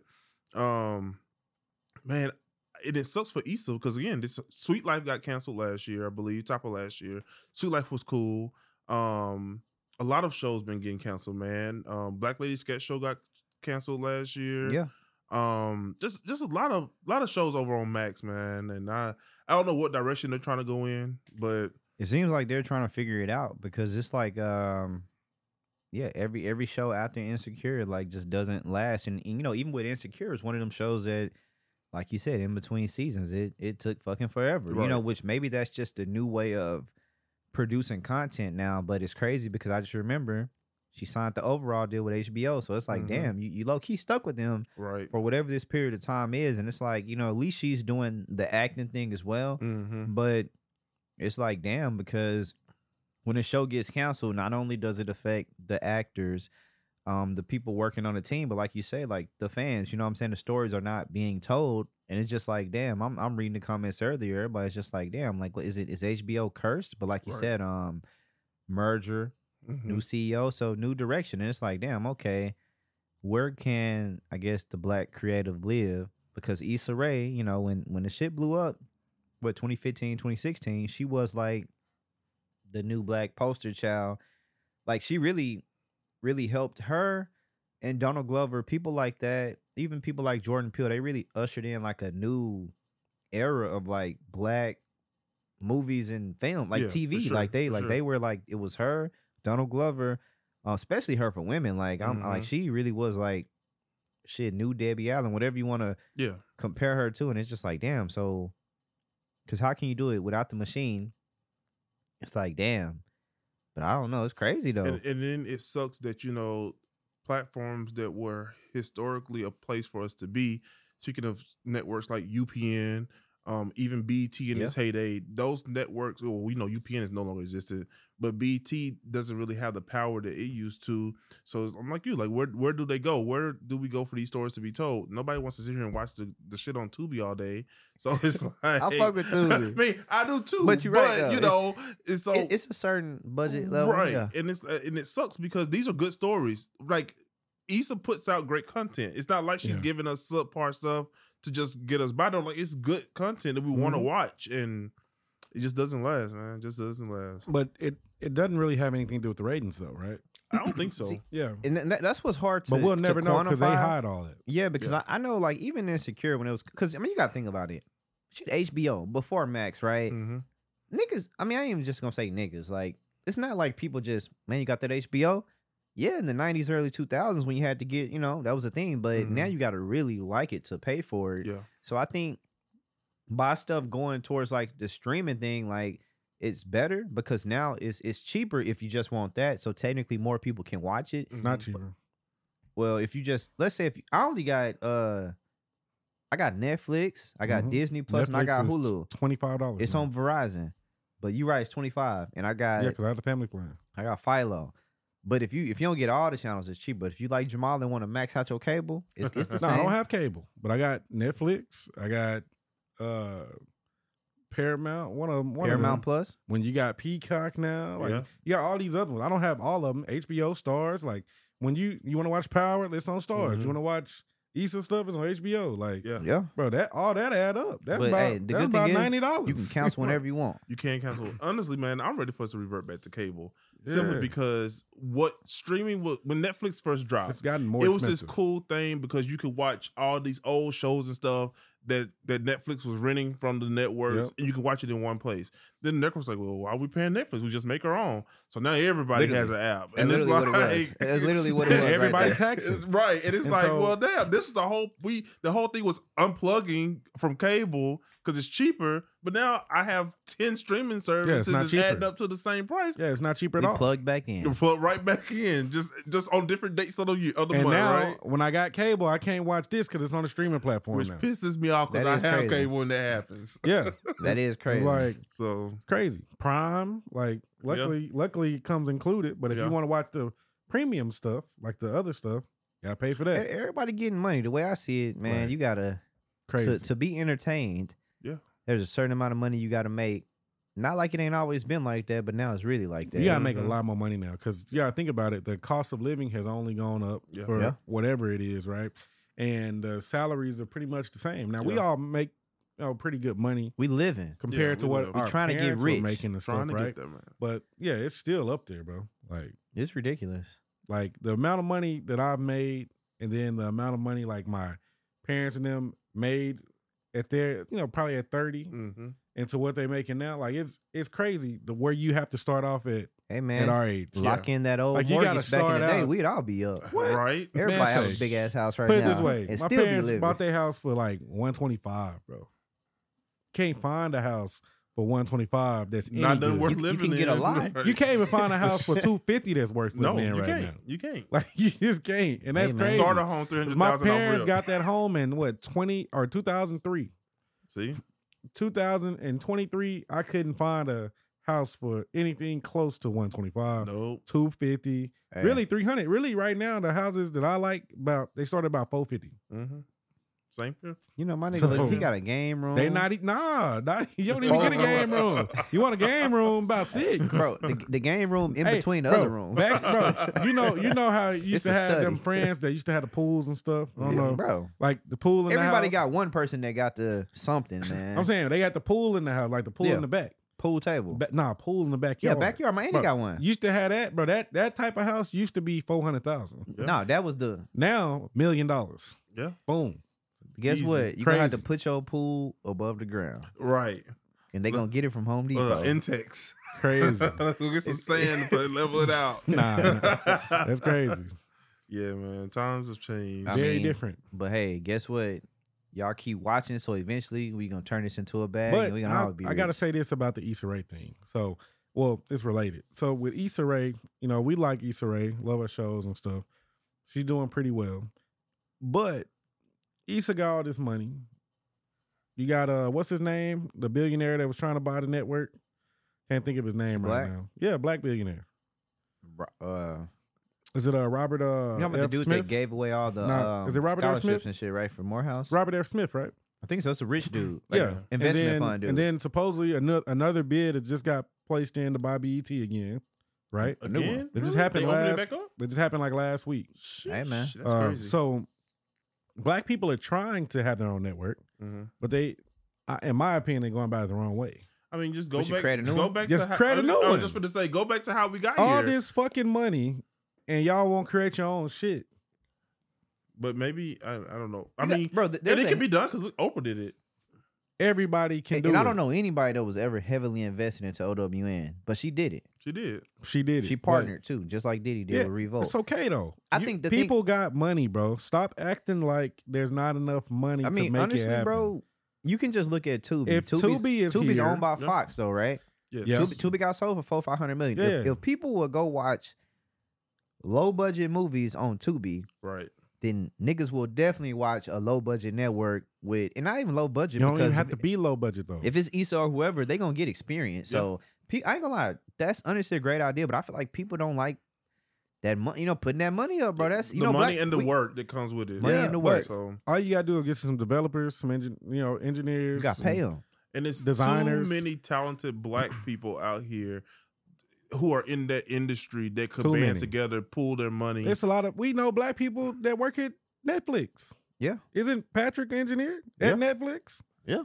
um, man, it, it sucks for Issa because again, this Sweet Life got canceled last year, I believe, top of last year. Sweet Life was cool. Um, a lot of shows been getting canceled, man. Um, Black Lady Sketch Show got canceled last year. Yeah. Um, just just a lot of lot of shows over on Max, man. And I I don't know what direction they're trying to go in, but It seems like they're trying to figure it out because it's like um yeah, every every show after Insecure like just doesn't last and, and, you know, even with Insecure it's one of them shows that like you said in between seasons it it took fucking forever. You know, Right. which maybe that's just the new way of producing content now, but it's crazy because I just remember she signed the overall deal with HBO, so it's like Mhm. damn, you, you low key stuck with them right. for whatever this period of time is and it's like, you know, at least she's doing the acting thing as well Mm-hmm. but it's like damn because when a show gets canceled not only does it affect the actors um the people working on the team but like you say like the fans you know what i'm saying the stories are not being told and it's just like damn i'm, I'm reading the comments earlier everybody's just like damn like what is it is hbo cursed but like you Right. said um merger Mm-hmm. new ceo so new direction and it's like damn okay where can i guess the black creative live because Issa Rae, you know, when when the shit blew up, what 2015, 2016, she was like the new black poster child. Like she really, really helped her and Donald Glover, people like that, even people like Jordan Peele, they really ushered in like a new era of like black movies and film, like Yeah, for TV. sure, like they for like sure. they were like it was her, Donald Glover, uh, especially her for women. Like I'm like Mm-hmm. Mhm. she really was like shit, new Debbie Allen, whatever you want to Yeah. compare her to, and it's just like, damn. So, because how can you do it without the machine? It's like, damn. But I don't know. It's crazy though. And, and then it sucks that you know platforms that were historically a place for us to be. Speaking of networks like UPN, um, even BT in its heyday, those networks. Well, we know UPN is no longer existed, but BT doesn't really have the power that it used to. So it's- I'm like you, like where where do they go? Where do we go for these stories to be told? Nobody wants to sit here and watch the, the shit on Tubi all day. So it's like fuck with Tubi. I mean, I do too. But But you're you're right, though. You It's- know, it's so It- it's a certain budget level, right? Yeah. And it's uh, and it sucks because these are good stories. Like Issa puts out great content. It's not like she's Yeah. giving us subpar stuff to just get us by. Though, like it's good content that we Mm-hmm. want to Mhm. watch, and it just doesn't last, man. It just doesn't last. But it it doesn't really have anything to do with the ratings, though, right? I don't think so. See, Yeah. And th- that- that's what's hard to. but we'll to never know because they quantify. hide all that. Yeah, because Yeah. I, I know, like, even insecure when it was, because I mean, you got to think about it. Shit, HBO before Max, right? hmm niggas. I mean, I ain't even just gonna say niggas. Like, it's not like people just man, you got that HBO. Yeah, in the '90s, early 2000s, when you had to get, you know, that was a thing. But now Mhm. you got to really like it to pay for it. Yeah, So I think by stuff going towards like the streaming thing, like it's better because now it's it's cheaper if you just want that. So technically, more people can watch it. Mhm. Not cheaper. Well, if you just let's say if you, I only got uh, I got Netflix, I got Mhm. Disney Plus, and I got Hulu. Twenty five dollars. It's on Verizon. But you right, it's 25. And I got Yeah, because I had a family plan. I got Philo. But if you if you don't get all the channels, it's cheap. But if you like Jamal and want to max out your cable, it's, it's the No, same. I don't have cable, but I got Netflix. I got uh Paramount. One of 'em- one Of Paramount them. Plus. When you got Peacock now, like Yeah. you got all these other ones. I don't have all of them. HBO Stars. Like when you you want to watch Power, it's on Stars. Mhm. You want to watch Easter stuff, it's on HBO. Like Yeah. Yeah, bro, that all that add up. That's But, about hey, the that's good about thing is, ninety dollars. you can cancel whenever you want. You can cancel. Honestly, man, I'm ready for us to revert back to cable Yeah. simply because what streaming wa- when Netflix first dropped, It's gotten more. it was expensive. this cool thing because you could watch all these old shows and stuff that that Netflix was renting from the networks, Yep. and you could watch it in one place. Then Netflix was like, "Well, why are we paying Netflix? We just make our own." So now everybody has an Literally. app, That's it's literally what it was. That's literally what it was right Everybody there. taxes. It's right, and it's And like, so- well, damn, this is the whole we the whole thing was unplugging from cable because it's cheaper. But now I have ten streaming services not that's adding cheaper. up to the same price. Yeah, it's not cheaper at We all. plugged back You in. put right back in, just just on different dates of the year, of the and month, now, right? when I got cable, I can't watch this because it's on a streaming platform Which now. pisses me off because That I is have crazy. cable when that happens. yeah, That is crazy. like So it's crazy. Prime, like luckily, luckily it comes included. But if Yeah. you want to watch the premium stuff, like the other stuff, you gotta pay for E- that. Everybody getting money. The way I see it, man, Right. you gotta Crazy. to, to be entertained. Yeah. there's a certain amount of money you gotta make. Not like it ain't always been like that, but now it's really like that. you gotta make a Mhm. lot more money now because you gotta think about it. The cost of living has only gone up Yeah. for Yeah. whatever it is, right? And uh, salaries are pretty much the same. Now we Yeah. all make you know, pretty good money we living. compared to we what live. We our trying to get parents were rich. making and trying stuff, to right? get there, man. But yeah, it's still up there, bro. Like. It's ridiculous. like the amount of money that I've made, and then the amount of money like my parents and them made at their, you know, probably at 30 Mm-hmm. and to what they're making now, like it's it's crazy the where you have to start off at Hey at man, our age. lock in that old Like, you gotta mortgage back in start the day. out- We'd all be up. What? Right? Everybody Man, have a say- big ass house right Put it now. this way, and my still be parents living. bought their house for like 125, bro. Can't find a house for 125 that's any Not done good. worth You- you living can get a in. lot. You can't even find a house for 250 that's worth No, living in you right can't. now. You can't. Like you just can't, and Hey, that's man. crazy. Start a home three hundred My thousand parents got that home in what 20 or 2003. See, 2023, I couldn't find a house for anything close to 125, nope. 250, Hey, really 300. Really, right now, the houses that I like, about they start about 450. Mm-hmm. Same here. You know, my nigga, So- look, he got a game room. They not, e- nah, not, you don't even get a game room. You want a game room about six. bro. The, the game room in Hey, between the bro, other rooms. back- bro, you know, you know how you used It's to a have them study. friends that used to have the pools and stuff. I don't Yeah, know, bro. like the pool in Everybody the house. got one person that got the something, man. I'm saying they got the pool in the house, like the pool Yeah. in the back. pool table. Ba- nah, pool in the yeah, backyard. backyard. My auntie Bro, got one. Used to have that, bro. That that type of house used to be four hundred thousand. Yeah. No, that was the. Now million dollars. Yeah. Boom. Guess Easy. what? You gonna have to Crazy. put your pool above the ground, Right. and they gonna get it from Home Depot. Uh, Intex. Crazy. Let's go get some sand to level it out. Nah, nah. That's crazy. yeah, man. Times have changed. I Very mean, different. but hey, guess what? Y'all keep watching, so eventually we gonna turn this into a bag, But and we gonna I, all be. I gotta rich. say this about the Issa Rae thing. So, well, it's related. So with Issa Rae, you know, we like Issa Rae, love her shows and stuff. She's doing pretty well, but Issa got all this money. You got uh, what's his name? The billionaire that was trying to buy the network. Can't think of his name Black? right now. Yeah, black billionaire. Bro- Uh, Is it uh Robert uh you know about the F. dude Smith? that gave away all the Nah, um, is it Robert F. scholarships Smith? and shit, right, for Morehouse? Robert F. Smith, right? I think so. It's a rich dude. yeah. yeah, investment and then, fund dude. And then supposedly ano- another bid has just got placed in to buy BET again, right? new one. Again? It just Really? happened They opened last- it back up? That just happened like last week. Hey, man. Sheesh, That's Uh, crazy. So black people are trying to have their own network, Mhm. but they, I, in my opinion, they're going about it the wrong way. I mean, just go We should back. create a new go one. back Just to how- create a I was- new I one. was just going to say, go back to how we got All here. this fucking money, and y'all won't create your own shit. but maybe I, I don't know. I You got- mean, bro, th- and there's it a- can be done because Oprah did it. Everybody can and, do and it. I don't know anybody that was ever heavily invested into OWN, but she did it. She did. She did it. She Like, partnered too, just like Diddy did Yeah, with Revolt. It's okay though. I think the thing- people got money, bro. Stop acting like there's not enough money I to mean, make it honestly, happen. bro, you can just look at Tubi. If Tubi's, Tubi is Tubi's here- owned by Yeah. Fox, though, right? Yes. Yeah. Tubi, Tubi got sold for four five hundred million. If, Yeah. if people would go watch low budget movies on Tubi, Right. then niggas will definitely watch a low budget network with, and not even low budget You don't even because have if- to be low budget though. if it's Issa or whoever, they gonna get experience. Yeah. So pe- I ain't gonna lie, that's honestly a great idea, but I feel like people don't like that money. You know, putting that money up, bro. That's you the know, money black- and the we- work that comes with it. Money and the but- work. So, All you gotta do is get some developers, some engin- you know You engineers. got to pay some- them. and it's Designers. too many talented black people out here who are in that industry that could Too band many. together, pool their money. It's a lot of we know black people that work at Netflix. Yeah. Isn't Patrick an engineer at Netflix? Yeah.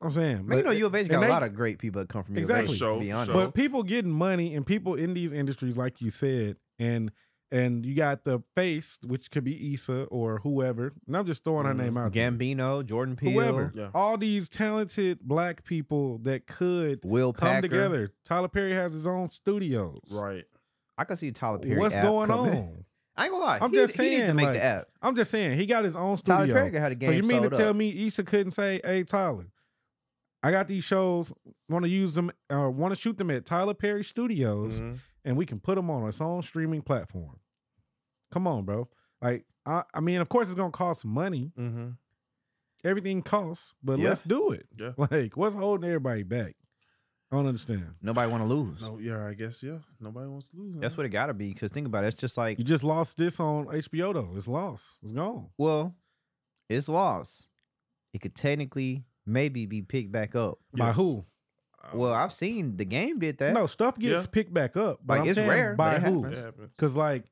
I'm saying. Man, you but- know, U of H and got a they- lot of great people that come from U of H. Exactly. to Show, be honest. show. But people getting money and people in these industries, like you said, and and you got the face, which could be Issa or whoever. And I'm just throwing her Mm-hmm. Mhm. name out. there. Gambino, Jordan Peele, Whoever. Yeah. All these talented black people that could Will come Packer. together. Tyler Perry has his own studios. right. I can see Tyler Perry. What's app going coming. on? I ain't gonna lie. I'm he, just he need to saying, make like, the app. I'm just saying, he got his own studio. Tyler Perry had a game. So you mean to sold tell up. me Issa couldn't say, "Hey Tyler, I got these shows. Want to use them? Uh, Want to shoot them at Tyler Perry Studios, Mm-hmm. Mhm. and we can put them on its own streaming platform." Come on, bro. Like, I, I mean, of course, it's gonna cost money. Mhm. Everything costs, but Yeah. let's do it. Yeah. Like, what's holding everybody back? I don't understand. nobody want to lose? No, yeah, I guess yeah. Nobody wants to lose. That's huh? what it gotta be. Because think about it. It's just like Mm-hmm. You just lost this on HBO though. It's lost. It's gone. Well, it's lost. It could technically maybe be picked back up. By Yes. Uh, who? I don't Well, know. I've seen the game did that. No, stuff gets Yeah. picked back up. But Like, I'm it's saying rare, but By it who? happens. It happens. Because like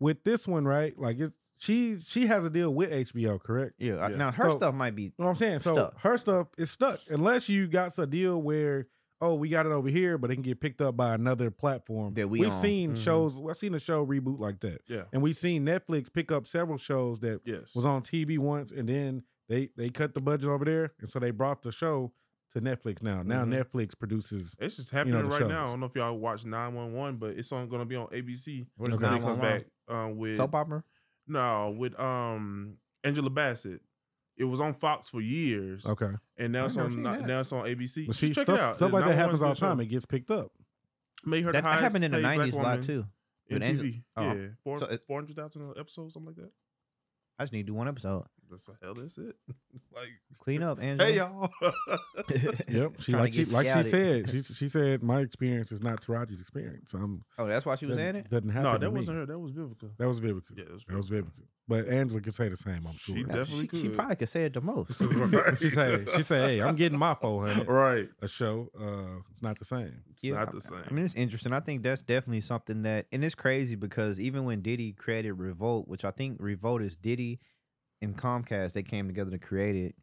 with this one, right? Like it's she she has a deal with HBO, correct? Yeah. I- Yeah. Now her So- stuff might be. You know what I'm saying? So Stuck. her stuff is stuck unless you got a deal where oh we got it over here, but it can get picked up by another platform. That we have own. seen Mhm. shows. I've seen a show reboot like that, Yeah. and we've seen Netflix pick up several shows that Yes. was on TV once, and then they they cut the budget over there, and so they brought the show to Netflix now. Now Mhm. Netflix produces. It's just happening the right now. I shows. don't know if y'all watch 911, but it's on gonna be on ABC. What is Okay. When it comes 911? back uh, with Soap opera. no with um Angela Bassett. It was on Fox for years, Okay, and now I've it's never on seen now that. now it's on but ABC. Just she check stuff, it out. stuff like that happens all the time. It It gets picked up. made her That, that happened in the nineties nineties a lot too. In with Angela- TV, Oh. yeah, four So it- four hundred thousand episodes, something like that. I just need to do one episode. That's the hell. That's it. like, Clean up, Angela. hey y'all. Yep. She Tryna like she get like she scouted. said. She she said my experience is not Taraji's experience. I'm Oh, that's why she was in doesn't, it. doesn't happen. no, to that me. wasn't her. That was Vivica. That was Vivica. Yeah, that was That was Vivica. Vivica. But Angela could say the same. I'm sure. She Nah, definitely she, she could. probably could say it the most. Right. she said she said, "Hey, I'm getting my four hundred. right. A show. Uh, it's not the same. Yeah, Not I- the same. I mean, it's interesting. I think that's definitely something that, and it's crazy because even when Diddy created Revolt, which I think Revolt is Diddy and Comcast, they came together to create it.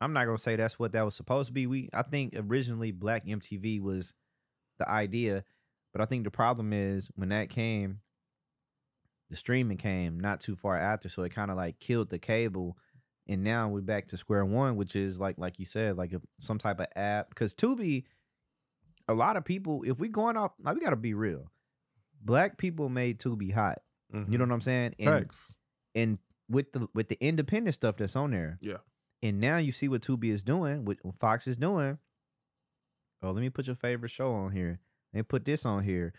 I'm not gonna say that's what that was supposed to be. We, I think originally Black MTV was the idea, but I think the problem is when that came, the streaming came not too far after, so it kind of like killed the cable. And now we're back to square one, which is like like you said, like a, some type of app. Because Tubi, a lot of people, if we going off, like we gotta be real. Black people made Tubi hot. You know what I'm saying? And, Mm-hmm. Facts. and with the with the independent stuff that's on there. Yeah. And now you see what Tubi is doing, what Fox is doing. Oh, let me put your favorite show on here. Let me put this on here.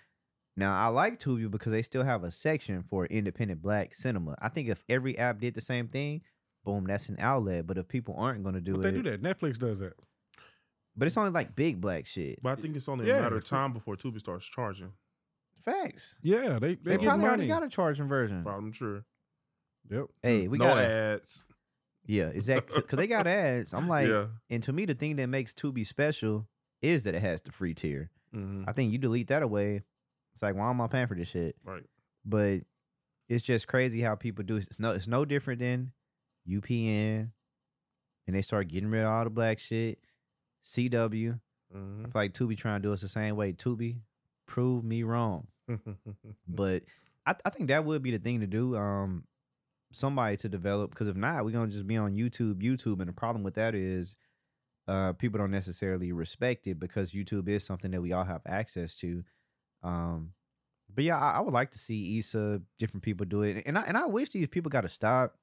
Now I like Tubi because they still have a section for independent black cinema. I think if every app did the same thing, boom, that's an outlet. But if people aren't gonna do But it, they do that. Netflix does that. but it's only like big black shit. But I think it's only Yeah. a matter of time before Tubi starts charging. Facts. Yeah, they they, They, get probably money. already got a charging version. Problem sure. Yep. Hey, we no got it. ads. Yeah, exactly. Because they got ads. I'm like, yeah. And to me, the thing that makes Tubi special is that it has the free tier. Mhm. I think you delete that away, it's like, why am I paying for this shit? Right. But it's just crazy how people do it. It's no, it's no different than UPN, and they start getting rid of all the black shit. CW, I Mhm. feel like Tubi trying to do us the same way. Tubi, prove me wrong. But I, I think that would be the thing to do. Um, somebody to develop because if not, we're gonna just be on YouTube, YouTube, and the problem with that is, uh, people don't necessarily respect it because YouTube is something that we all have access to. Um, but yeah, I, I would like to see Issa different people do it, and I and I wish these people got to stop.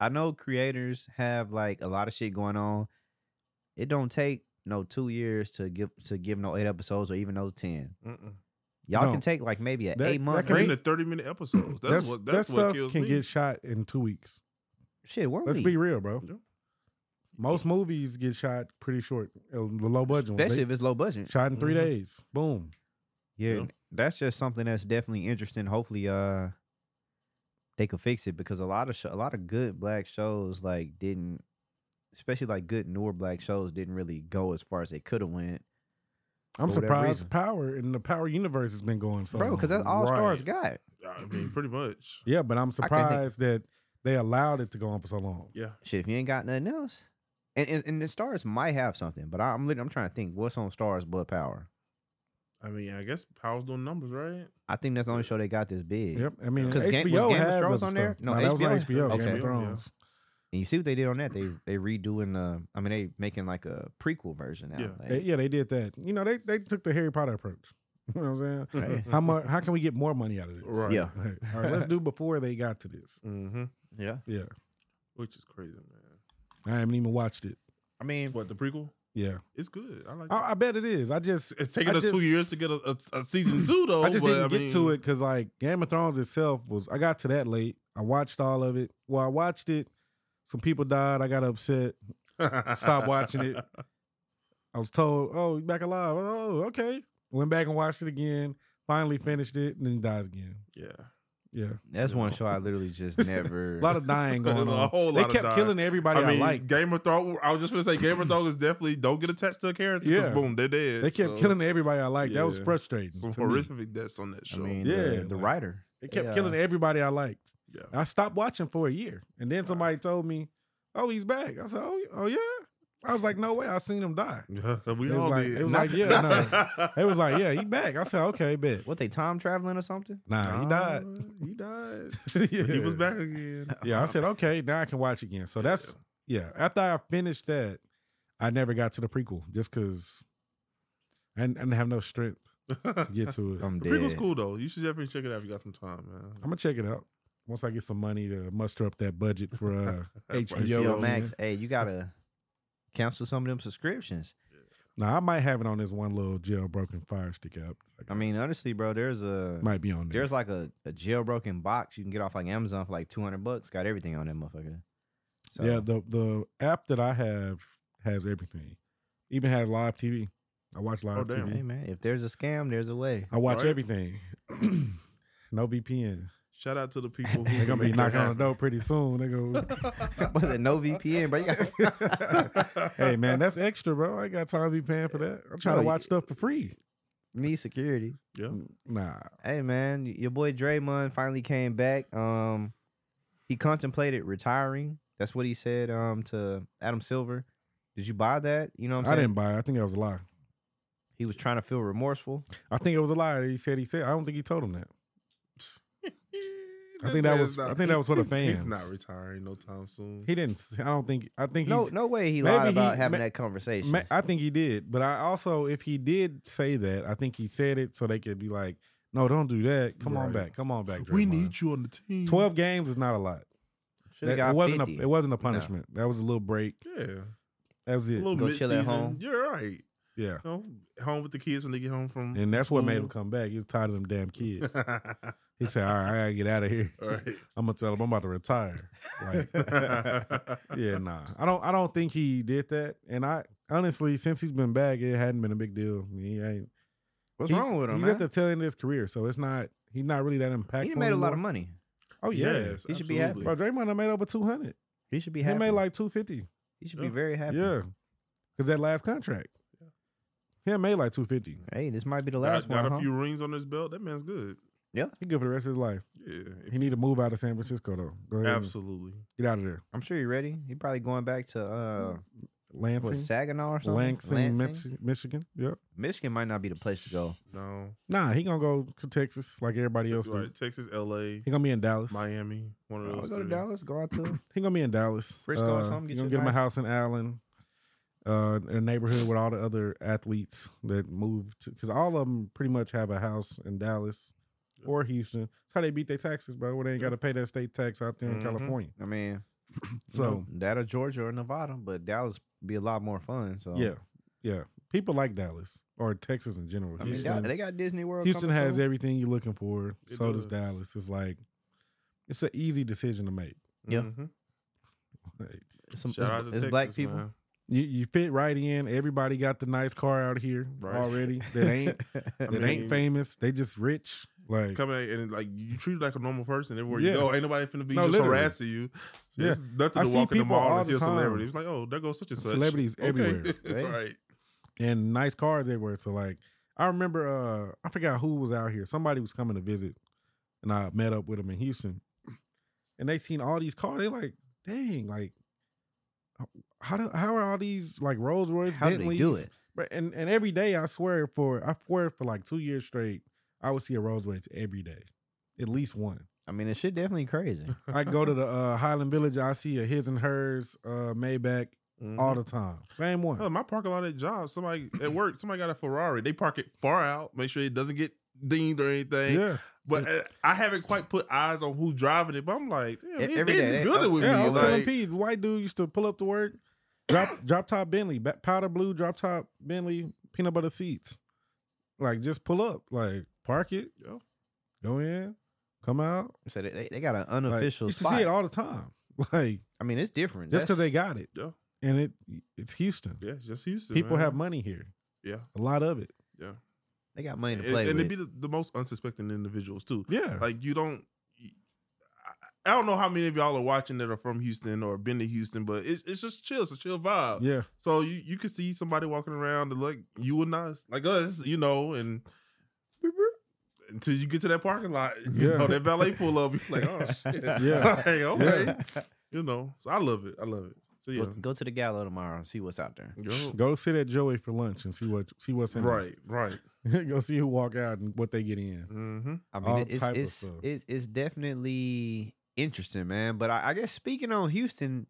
I know creators have like a lot of shit going on. It don't take no two years to give to give no eight episodes or even no ten Mm-mm. Y'all No. can take like maybe an That- eight month that can Even be break. the thirty minute episodes. That's, That's- what that's that what stuff kills can me. get shot in two weeks. Shit, where Let's we? be real, bro. Yeah. Most movies get shot pretty short. uh, The low budget ones. Especially They if it's low budget. shot in 3 Mhm. days. Boom. Yeah, Yeah. that's just something that's definitely interesting. Hopefully, uh, they could fix it because a lot of sho a lot of good black shows like didn't, especially like good newer black shows didn't really go as far as they could have went, I'm For whatever reason. surprised Power and the Power universe has been going so. bro. Because that's all stars got. I mean, pretty much. Yeah, but I'm I can't think- surprised that they allowed it to go on for so long. Yeah. Shit, if you ain't got nothing else, and and, and the stars might have something, but I, I'm lit- I'm trying to think what's on stars but power. I mean, I guess Powell's doing numbers, right? I think that's the only show they got this big. Yep. I mean, 'Cause HBO Ga- was has Game of Thrones other on there? stuff. No, that was on HBO. HBO. Game Okay. of Thrones. And you see what they did on that? They they redoing the. I mean, they making like a prequel version now. Yeah. They- Like, yeah, they did that. You know, they they took the Harry Potter approach. You know what I'm saying? Right. How much? How can we get more money out of this? Right. Yeah. All right, all right, let's do before they got to this. Mm-hmm. yeah. Yeah, Which is crazy, man. I haven't even watched it. I mean, What the prequel? Yeah, It's good. I like. it. I, I bet it is. I just it's taking I us two just- years to get a, a- a season two, though. I just but, didn't get Oh, mean, to it because like Game of Thrones itself was I got to that late. I watched all of it. Well, I watched it. Some people died. I got upset. Stop watching it. I was told, "Oh, you back alive." Oh, okay. Went back and watched it again. Finally finished it, and then died again. Yeah. Yeah, that's one show I literally just never. a lot of dying going on. A whole they lot of kept dying. killing everybody I I, mean, liked. Game of Thrones. I was just gonna say Game of Thrones is definitely don't get attached to a character. 'cause Yeah. boom, they're dead. They kept So, killing everybody I liked. That was Yeah. frustrating. some to me. horrific deaths on that I show. mean, Yeah, the, the like- writer. They kept Yeah. killing everybody I liked. yeah. I stopped watching for a year, and then Wow. somebody told me, "Oh, he's back." I said, "Oh, oh yeah." I was like, "No way! I seen him die." we It was all like- did. it was like, yeah, no. They was like, "Yeah, he back." I said, "Okay, bet." What they time traveling or something? Nah, he died. Uh, He died. yeah. Oh. He was back again. Yeah, I said, "Okay, now I can watch again." So that's yeah. After I finished that, I never got to the prequel just because I, didn't- I didn't have no strength to get to it. I'm I'm The prequel's dead. cool though. You should definitely check it out if you got some time, man. gonna check it out once I get some money to muster up that budget for uh, That's right. HBO. Yo, man. Max, hey, you gotta cancel some of them subscriptions. Now I might have it on this one little jailbroken fire stick app. I mean, honestly, bro, there's a might be on there. there's like a, a jailbroken box you can get off like Amazon for like two hundred bucks. Got everything on that motherfucker. So, Yeah, the the app that I have has everything. Even has live TV. I watch live Oh, damn. TV. hey man, if there's a scam, there's a way. I watch Right. everything. no VPN. Shout out to the people who They're gonna be make it knocking on the happen. door pretty soon. They go, Was it no VPN, bro? You got hey man, that's extra, bro. I ain't got time to be paying for that. I'm trying No, to you- watch stuff for free. Um, need security. Yeah. Nah, Hey man, y- your boy Draymond finally came back. Um, he contemplated retiring. That's what he said. Um, to Adam Silver, did you buy that? You know what I'm I saying? didn't buy. it. I think that was a lie. He was trying to feel remorseful. I think it was a lie. He said he said. I don't think he told him that. I think that man's was- I think that was for the he's- He's fans. not retiring no time soon. He didn't. s- I don't think. I think No, he's, no way he maybe lied about he- having ma- that conversation. Ma- I think he did, but I also, if he did say that, I think he said it so they could be like, "No, don't do that. Come on Right. back. Come on back." we Draymond." need you on the team. twelve games is not a lot. Should've That- got it wasn't 50. a. It wasn't a punishment. That was a little break. Yeah. That was A it. little Go mid chill at season. home. You're right. Yeah, You know, home with the kids when they get home Mm-hmm. from and that's what made him Ooh. come back. He was tired of them damn kids. All He said, "All right, I gotta get out of here. right. I'm gonna tell them I'm about to retire." Like, yeah, nah. I don't. I don't think he did that. And I honestly, since he's been back, it hadn't been a big deal. I mean, he ain't. What's He- wrong with him, He's man? at the tail end of his career, so it's not. He's not really that impactful. he done made a lot anymore. of money. Oh yeah, Yes, He should be happy. absolutely. bro. Draymond done made over two hundred. He should be He happy. made like two fifty. he should be very happy. Yeah, because that last contract, he done made like two fifty. Hey, this might be the Got- last got, one. a huh? few rings on his belt. That man's good. He good for the rest of his life. Yeah, He need to move out of San Francisco though. Go ahead, and absolutely. get out of there. I'm sure you're ready. He probably going back to uh, what, Lansing, Saginaw or something. Lansing, Lansing? Michi- Michigan. Yep. Michigan might not be the place to go. No, Nah, he gonna go to Texas like everybody else Right, do. Texas, L.A., He gonna be in Dallas. Miami. One of I'll those. go to three. Dallas. Go out to He gonna be in Dallas. Frisco or Uh, something, He get gonna you a get him a nice- house in Allen, uh, a neighborhood with all the other athletes that move to because all of them pretty much have a house in Dallas or Houston. That's how they beat their taxes, bro. Where they ain't got to pay that state tax out there in Mm-hmm. Mhm. California. I mean, you So know, that or Georgia or Nevada, but Dallas be a lot more fun. So yeah, Yeah, people like Dallas or Texas in general. I mean, Houston, Dal- they got Disney World. Houston coming has soon. everything you're looking for. It so does does. Dallas. It's like it's an easy decision to make. Yeah. Mhm. Like, Some- Shout it's, out to it's Texas, black people. man. you you fit right in. Everybody got the nice car out here Right. already that ain't I that ain't mean- famous. They just rich. Like Coming out and like you treat it like a normal person everywhere Yeah. you go. Ain't nobody finna be No, just literally. harassing you. Yeah. There's nothing I to see walk in the people mall all and see the a celebrity. time. It's like, oh, there goes such and such. Celebrities Okay. everywhere. Right. right. and nice cars everywhere. So like I remember uh I forgot who was out here. Somebody was coming to visit and I met up with them in Houston. And they seen all these cars. They like, dang, like how do how are all these like Rolls Royce How do they do Bentleys? it? But and, and every day I swear for I swear for like two years straight, I would see a Rolls Royce every day. At least one. I mean, it's shit definitely crazy. I go to the uh, Highland Village, I see a his and hers uh Maybach all Mm-hmm. the time. Same one. Hell, Oh, my parking lot at job, somebody at work, somebody got a Ferrari. They park it far out, make sure it doesn't get dinged or anything. yeah. But uh, I haven't quite put eyes on who's driving it. But I'm like, damn, E- they, every they day, just they- good oh, with Yeah, I me. was telling Like, Pete, the white dude used to pull up to work, drop drop top Bentley, ba- powder blue drop top Bentley, peanut butter seats. Like just pull up, like park it, Yeah. go in, come out. So they, they, they got an Like, unofficial you used to spot. see it all the time, like I mean, it's different. just because That's- they got it. Yeah. and it it's Houston. yeah, it's just Houston. People man. have money here, yeah, a lot of it. yeah, they got money and, to play and with. it'd be the, the most unsuspecting individuals too. Yeah, Like you don't. I- I don't know how many of y'all are watching that are from Houston or been to Houston, but it's, it's just chill. It's a chill vibe. yeah. So you, you could see somebody walking around that look you and us, like us, you know, and boop, boop, until you get to that parking lot, you Yeah. know, that valet pull up, you're like, oh shit. Yeah. Like, okay. You know. So I love it. I love it. So yeah. go, go to the gallo tomorrow and see what's out there. Go- Go sit at Joey for lunch and see what see what's in. Right, right. there. go see who walk out and what they get in. Mm-hmm. I all mean, it- it's type of it's, stuff. it's it's definitely interesting, man. But I, I guess speaking on Houston,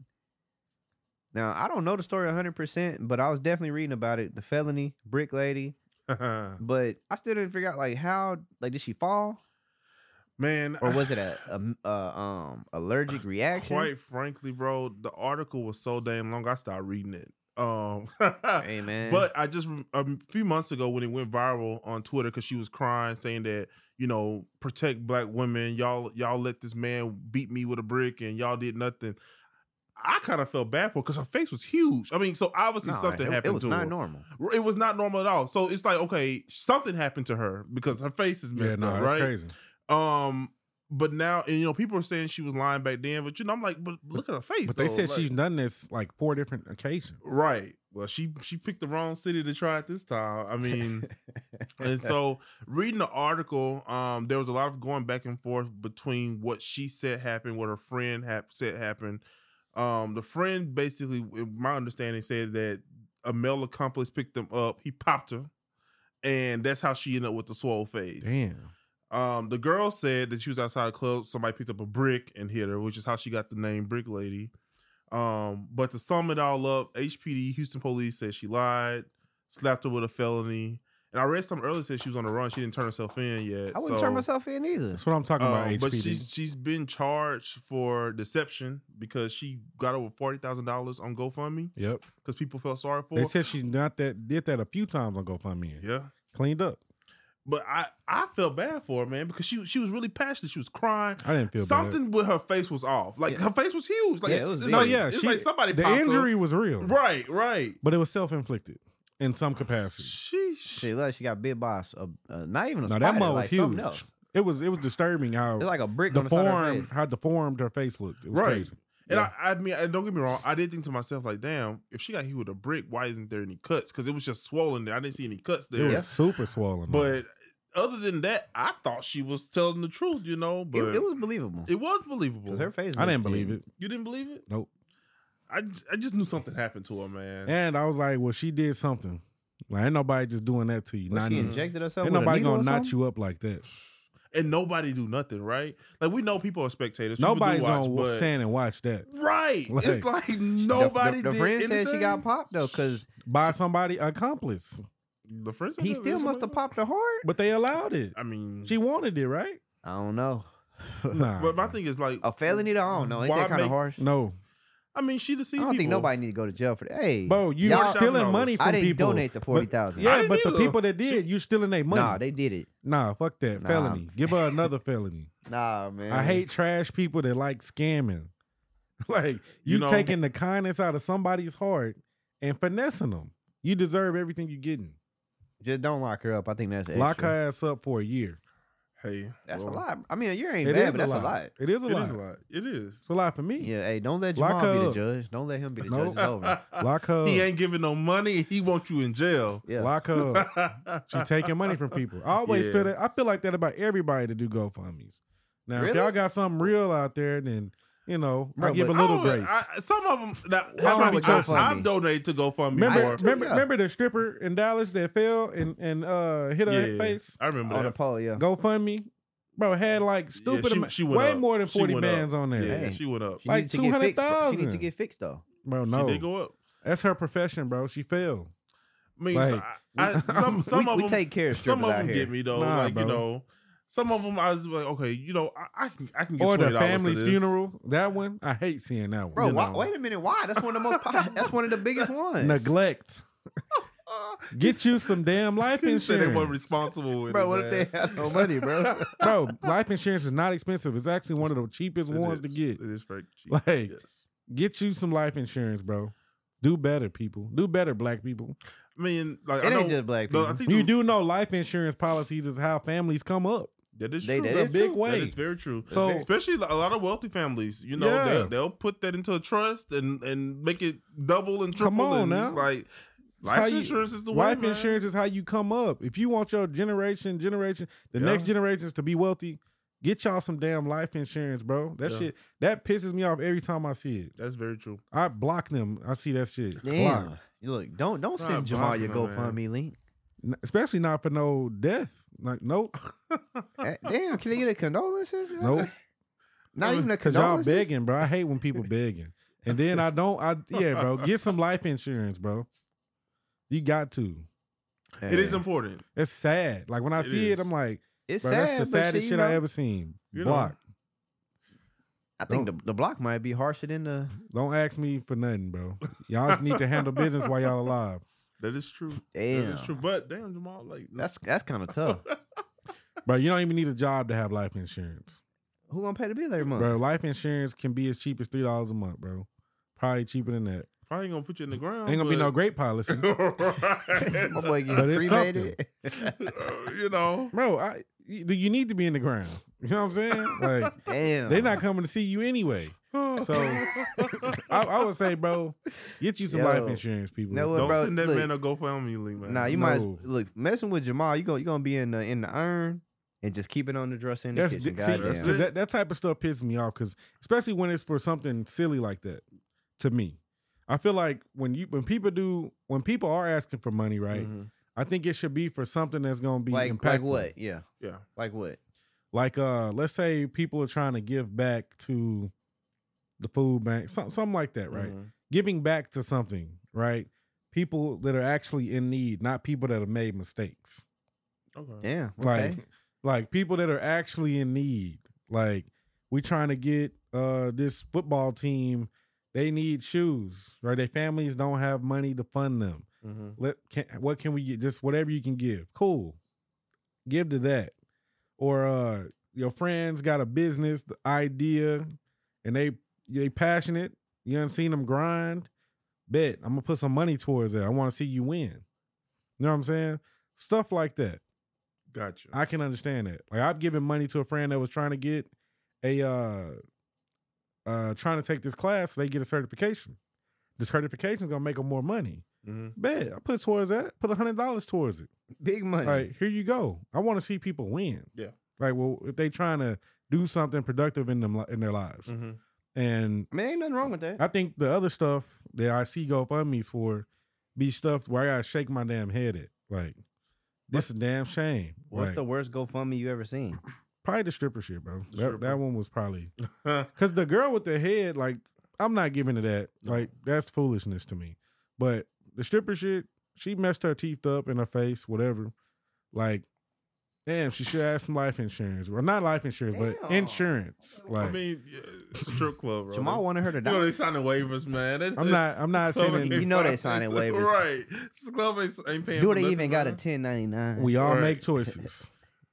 now I don't know the story hundred percent, but I was definitely reading about it. The felony brick lady, but I still didn't figure out like how like did she fall Man, or was it a, a, a um allergic reaction? quite frankly, bro, the article was so damn long I stopped reading it. Um Hey man, But I just rem- a few months ago when it went viral on Twitter because she was crying, saying that you know protect black women. Y'all y'all let this man beat me with a brick and y'all did nothing. I kind of felt bad for because her face was huge. I mean, so obviously Nah, something it- happened It was to not her. normal. it was not normal at all. So it's like okay, something happened to her because her face is Yeah, messed no, up, that's right? crazy. Um. But now, and you know, people are saying she was lying back then. But you know, I'm like, but look at her face. But they though, said like- she's done this like four different occasions. Right. Well, she she picked the wrong city to try it this time. I mean, and so reading the article, um, there was a lot of going back and forth between what she said happened, what her friend ha- said happened. Um, the friend basically, in my understanding, said that a male accomplice picked them up. He popped her, and that's how she ended up with the swole face. Damn. Um, the girl said that she was outside a club. Somebody picked up a brick and hit her, which is how she got the name Brick Lady. Um, but to sum it all up, HPD Houston police said she lied, slapped her with a felony, and I read some earlier said she was on the run. She didn't turn herself in yet. I wouldn't so, turn myself in either. That's what I'm talking about. um, HPD. but she's she's been charged for deception because she got over forty thousand dollars on GoFundMe yep. because people felt sorry for. They her. said she not that did that a few times on GoFundMe. yeah, Cleaned up. but I I felt bad for her man because she she was really passionate. She was crying. I didn't feel something with her face was off. Like Yeah. her face was huge. Like Yeah, it it's, was it's big. like, No, yeah, it's she- like somebody bad. The popped her. injury was real, Right, right. But it was self inflicted in some capacity. Sheesh. She look, she got bit by a, s- a- a- not even Now a spider. that mug was like something huge. else. It was it was disturbing how It's like a brick on the the side of her form face. how deformed her face looked. It was Right. crazy. And I, I mean, and don't get me wrong. I did think to myself, like, damn, if she got hit with a brick, why isn't there any cuts? Because it was just swollen there. I didn't see any cuts It there. was Yeah. super swollen. But other than that, I thought she was telling the truth, you know. But It, it was believable. it was believable. Because her face. I didn't looked believe thin. it. you didn't believe it? Nope. I, j- I just knew something happened to her, man. And I was like, well, she did something. Like ain't nobody just doing that to you. Was Not she even- injected herself. ain't with a nobody needle gonna or knot something? you up like that. And nobody do nothing, right? Like we know people are spectators. People do Nobody's watch, gonna but- stand and watch that Right. Like- it's like The- nobody. The, the did friend said she anything. got popped though, because by somebody accomplice. The friend said he that- still that's must what- have popped her hard. But they allowed it. I mean, She wanted it, right? I don't know. Nah. but my thing is like Oh. A felony? though? I don't know. Ain't Why that kind make- of harsh? No. I mean, she deceived I don't people. think nobody need to go to jail for that. Hey, Bo, you y'all- are stealing $40,000. money from I didn't people. donate the forty thousand. I Yeah, didn't but the either. people that did, you stealing their money. nah, they did it. Nah, fuck that. Nah. Felony. Give her another felony. Nah, man. I hate trash people that like scamming. Like you, You know- taking the kindness out of somebody's heart and finessing them. You deserve everything you're getting. Just don't lock her up. I think that's extra. Lock her ass up for a year. Hey, That's well, a lot. I mean, a year ain't It bad, is but that's a lot. It is a It lot. is a lot. It is. It's a lot for me. Yeah, hey, don't let Lock Jamal her be the up. judge. Don't let him be the Nope. judge. It's over. Lock her. he up. ain't giving no money. He wants you in jail. Yeah. Lock her. up. She taking money from people. I always Yeah. feel that. I feel like that about everybody to do GoFundmes. Now, if Really? y'all got something real out there, then you know Bro, I give a but- little I don't- grace. I- some of them. That, What's wrong I, with I, GoFundMe? I've donated to GoFundMe. remember, I- for- remember, yeah. remember the stripper in Dallas that fell and and uh, hit her Yeah, face. I remember on the that. pole, yeah. GoFundMe, bro, had like stupid, she- ama- she went way up. more than She forty went up. bands on there, Yeah, Hey. she went up. She Like needs to get fixed. bro. She needs to 200,000. get fixed though. bro. She did No, go up. that's her profession, bro. She failed. I mean, Like, so I, I, some some we, of we them take care of some strippers of out them here. get me though. Nah, like bro. you know, some of them I was like, okay, you know, I, I can I can get Or the twenty dollars to family's this. funeral. That one, I hate seeing that one. Bro, you why, know. wait a minute. Why? That's one of the most. po- that's one of the biggest ones. Neglect. Uh, Get you some damn life he said they weren't insurance, responsible. with bro, it, what if man. they have no money, bro? bro. Life insurance is not expensive. It's actually one of the cheapest It ones to is. get. It is very cheap. Like- yes. Get you some life insurance, bro. Do better, people. Do better, black people. I mean, like it I know, ain't just black people. no, I think You the- do know life insurance policies is how families come up. That is They- true. that That is is big true. way. That is very true. So- especially like, a lot of wealthy families, you know, Yeah. they, they'll put that into a trust and and make it double and triple. Come on and now. it's like It's how life you- insurance is the way. life man. insurance is how you come up. If you want your generation, generation, the Yeah. next generations to be wealthy, get y'all some damn life insurance, bro. That Yeah. shit that pisses me off every time I see it. That's very true. I block them. I see that shit. Damn. Block. You Look, don't don't Nah, send Jamal your blocking her, man. GoFundMe link. N- Especially not for no death. Like nope, Eh, Damn, can they get a condolences? nope. Not even a Cause y'all condolences. begging, bro. I hate when people begging. And then I don't. I yeah, bro. Get some life insurance, bro. You got to. It is Hey. important. It's sad. Like when I It see it, is. I'm like, It's bro, sad. that's the but saddest shit, shit you know, I ever seen. You know. Block. I think the, the block might be harsher than the. Don't ask me for nothing, bro. Y'all just need to handle business while y'all alive, That is true. Damn. That is true. But damn, Jamal, like That's that's kind of tough. bro. You don't even need a job to have life insurance, Who gonna pay the bill every month? bro. Life insurance can be as cheap as three dollars a month, bro. Probably cheaper than that. probably gonna put you in the ground. Ain't gonna be no great policy, no. My boy But getting it's cremated. you know. bro. I you you need to be in the ground. You know what I'm saying? Like Damn. they're not coming to see you anyway. So I, I would say, bro, get you some Yo. life insurance, people. Know what? Don't bro, send that look. man a GoFundMe link, man. Nah, you might as, No. look messing with Jamal. You gonna you gonna be in the in the iron and just keep it on the dresser in the That's kitchen. di- see, Goddamn. that's Cause that, that type of stuff pisses me off because especially when it's for something silly like that to me i feel like when you when people do when people are asking for money right Mhm. i think it should be for something that's going to be Like impactful. like what? Yeah. yeah. Like what? like uh let's say people are trying to give back to the food bank some, something like that right Mhm. giving back to something right people that are actually in need not people that have made mistakes Okay. Yeah. Like, Okay. like people that are actually in need. Like we trying to get uh this football team. They need shoes, right? Their families don't have money to fund them. Mhm. Let can, what can we get? Just whatever you can give. Cool, give to that. Or uh your friends got a business idea, and they they passionate. You done seen them grind. Bet I'm gonna put some money towards that. I want to see you win. You know what I'm saying? Stuff like that. Gotcha. I can understand that. Like I've given money to a friend that was trying to get a uh uh trying to take this class so they get a certification. The certification's gonna make them more money. Mhm. Bet I put towards that, put a hundred dollars towards it. Big money. Like, here you go. I wanna see people win. Yeah. Like, well, if they trying to do something productive in them li- in their lives. Mhm. And I mean, ain't nothing wrong with that. I think the other stuff that I see GoFundMe's for be stuff where I gotta shake my damn head at. Like, this is a damn shame. What's Like, the worst GoFundMe you ever seen? Probably the stripper shit, bro. that, The stripper. that one was probably Huh. because the girl with the head, like, I'm not giving to that. No. Like, that's foolishness to me. But the stripper shit, she messed her teeth up in her face, whatever. Like, Damn, she should have some life insurance. Well, not life insurance, but Damn. insurance. Like I mean, yeah, strip club, bro. Jamal wanted her to you know die. they signing waivers, man. That- I'm not I'm not club saying ain't You know they fucking- signing waivers. right? This club ain't, ain't paying. Do for they nothing, even got a bro. 1099? we all Right. make choices.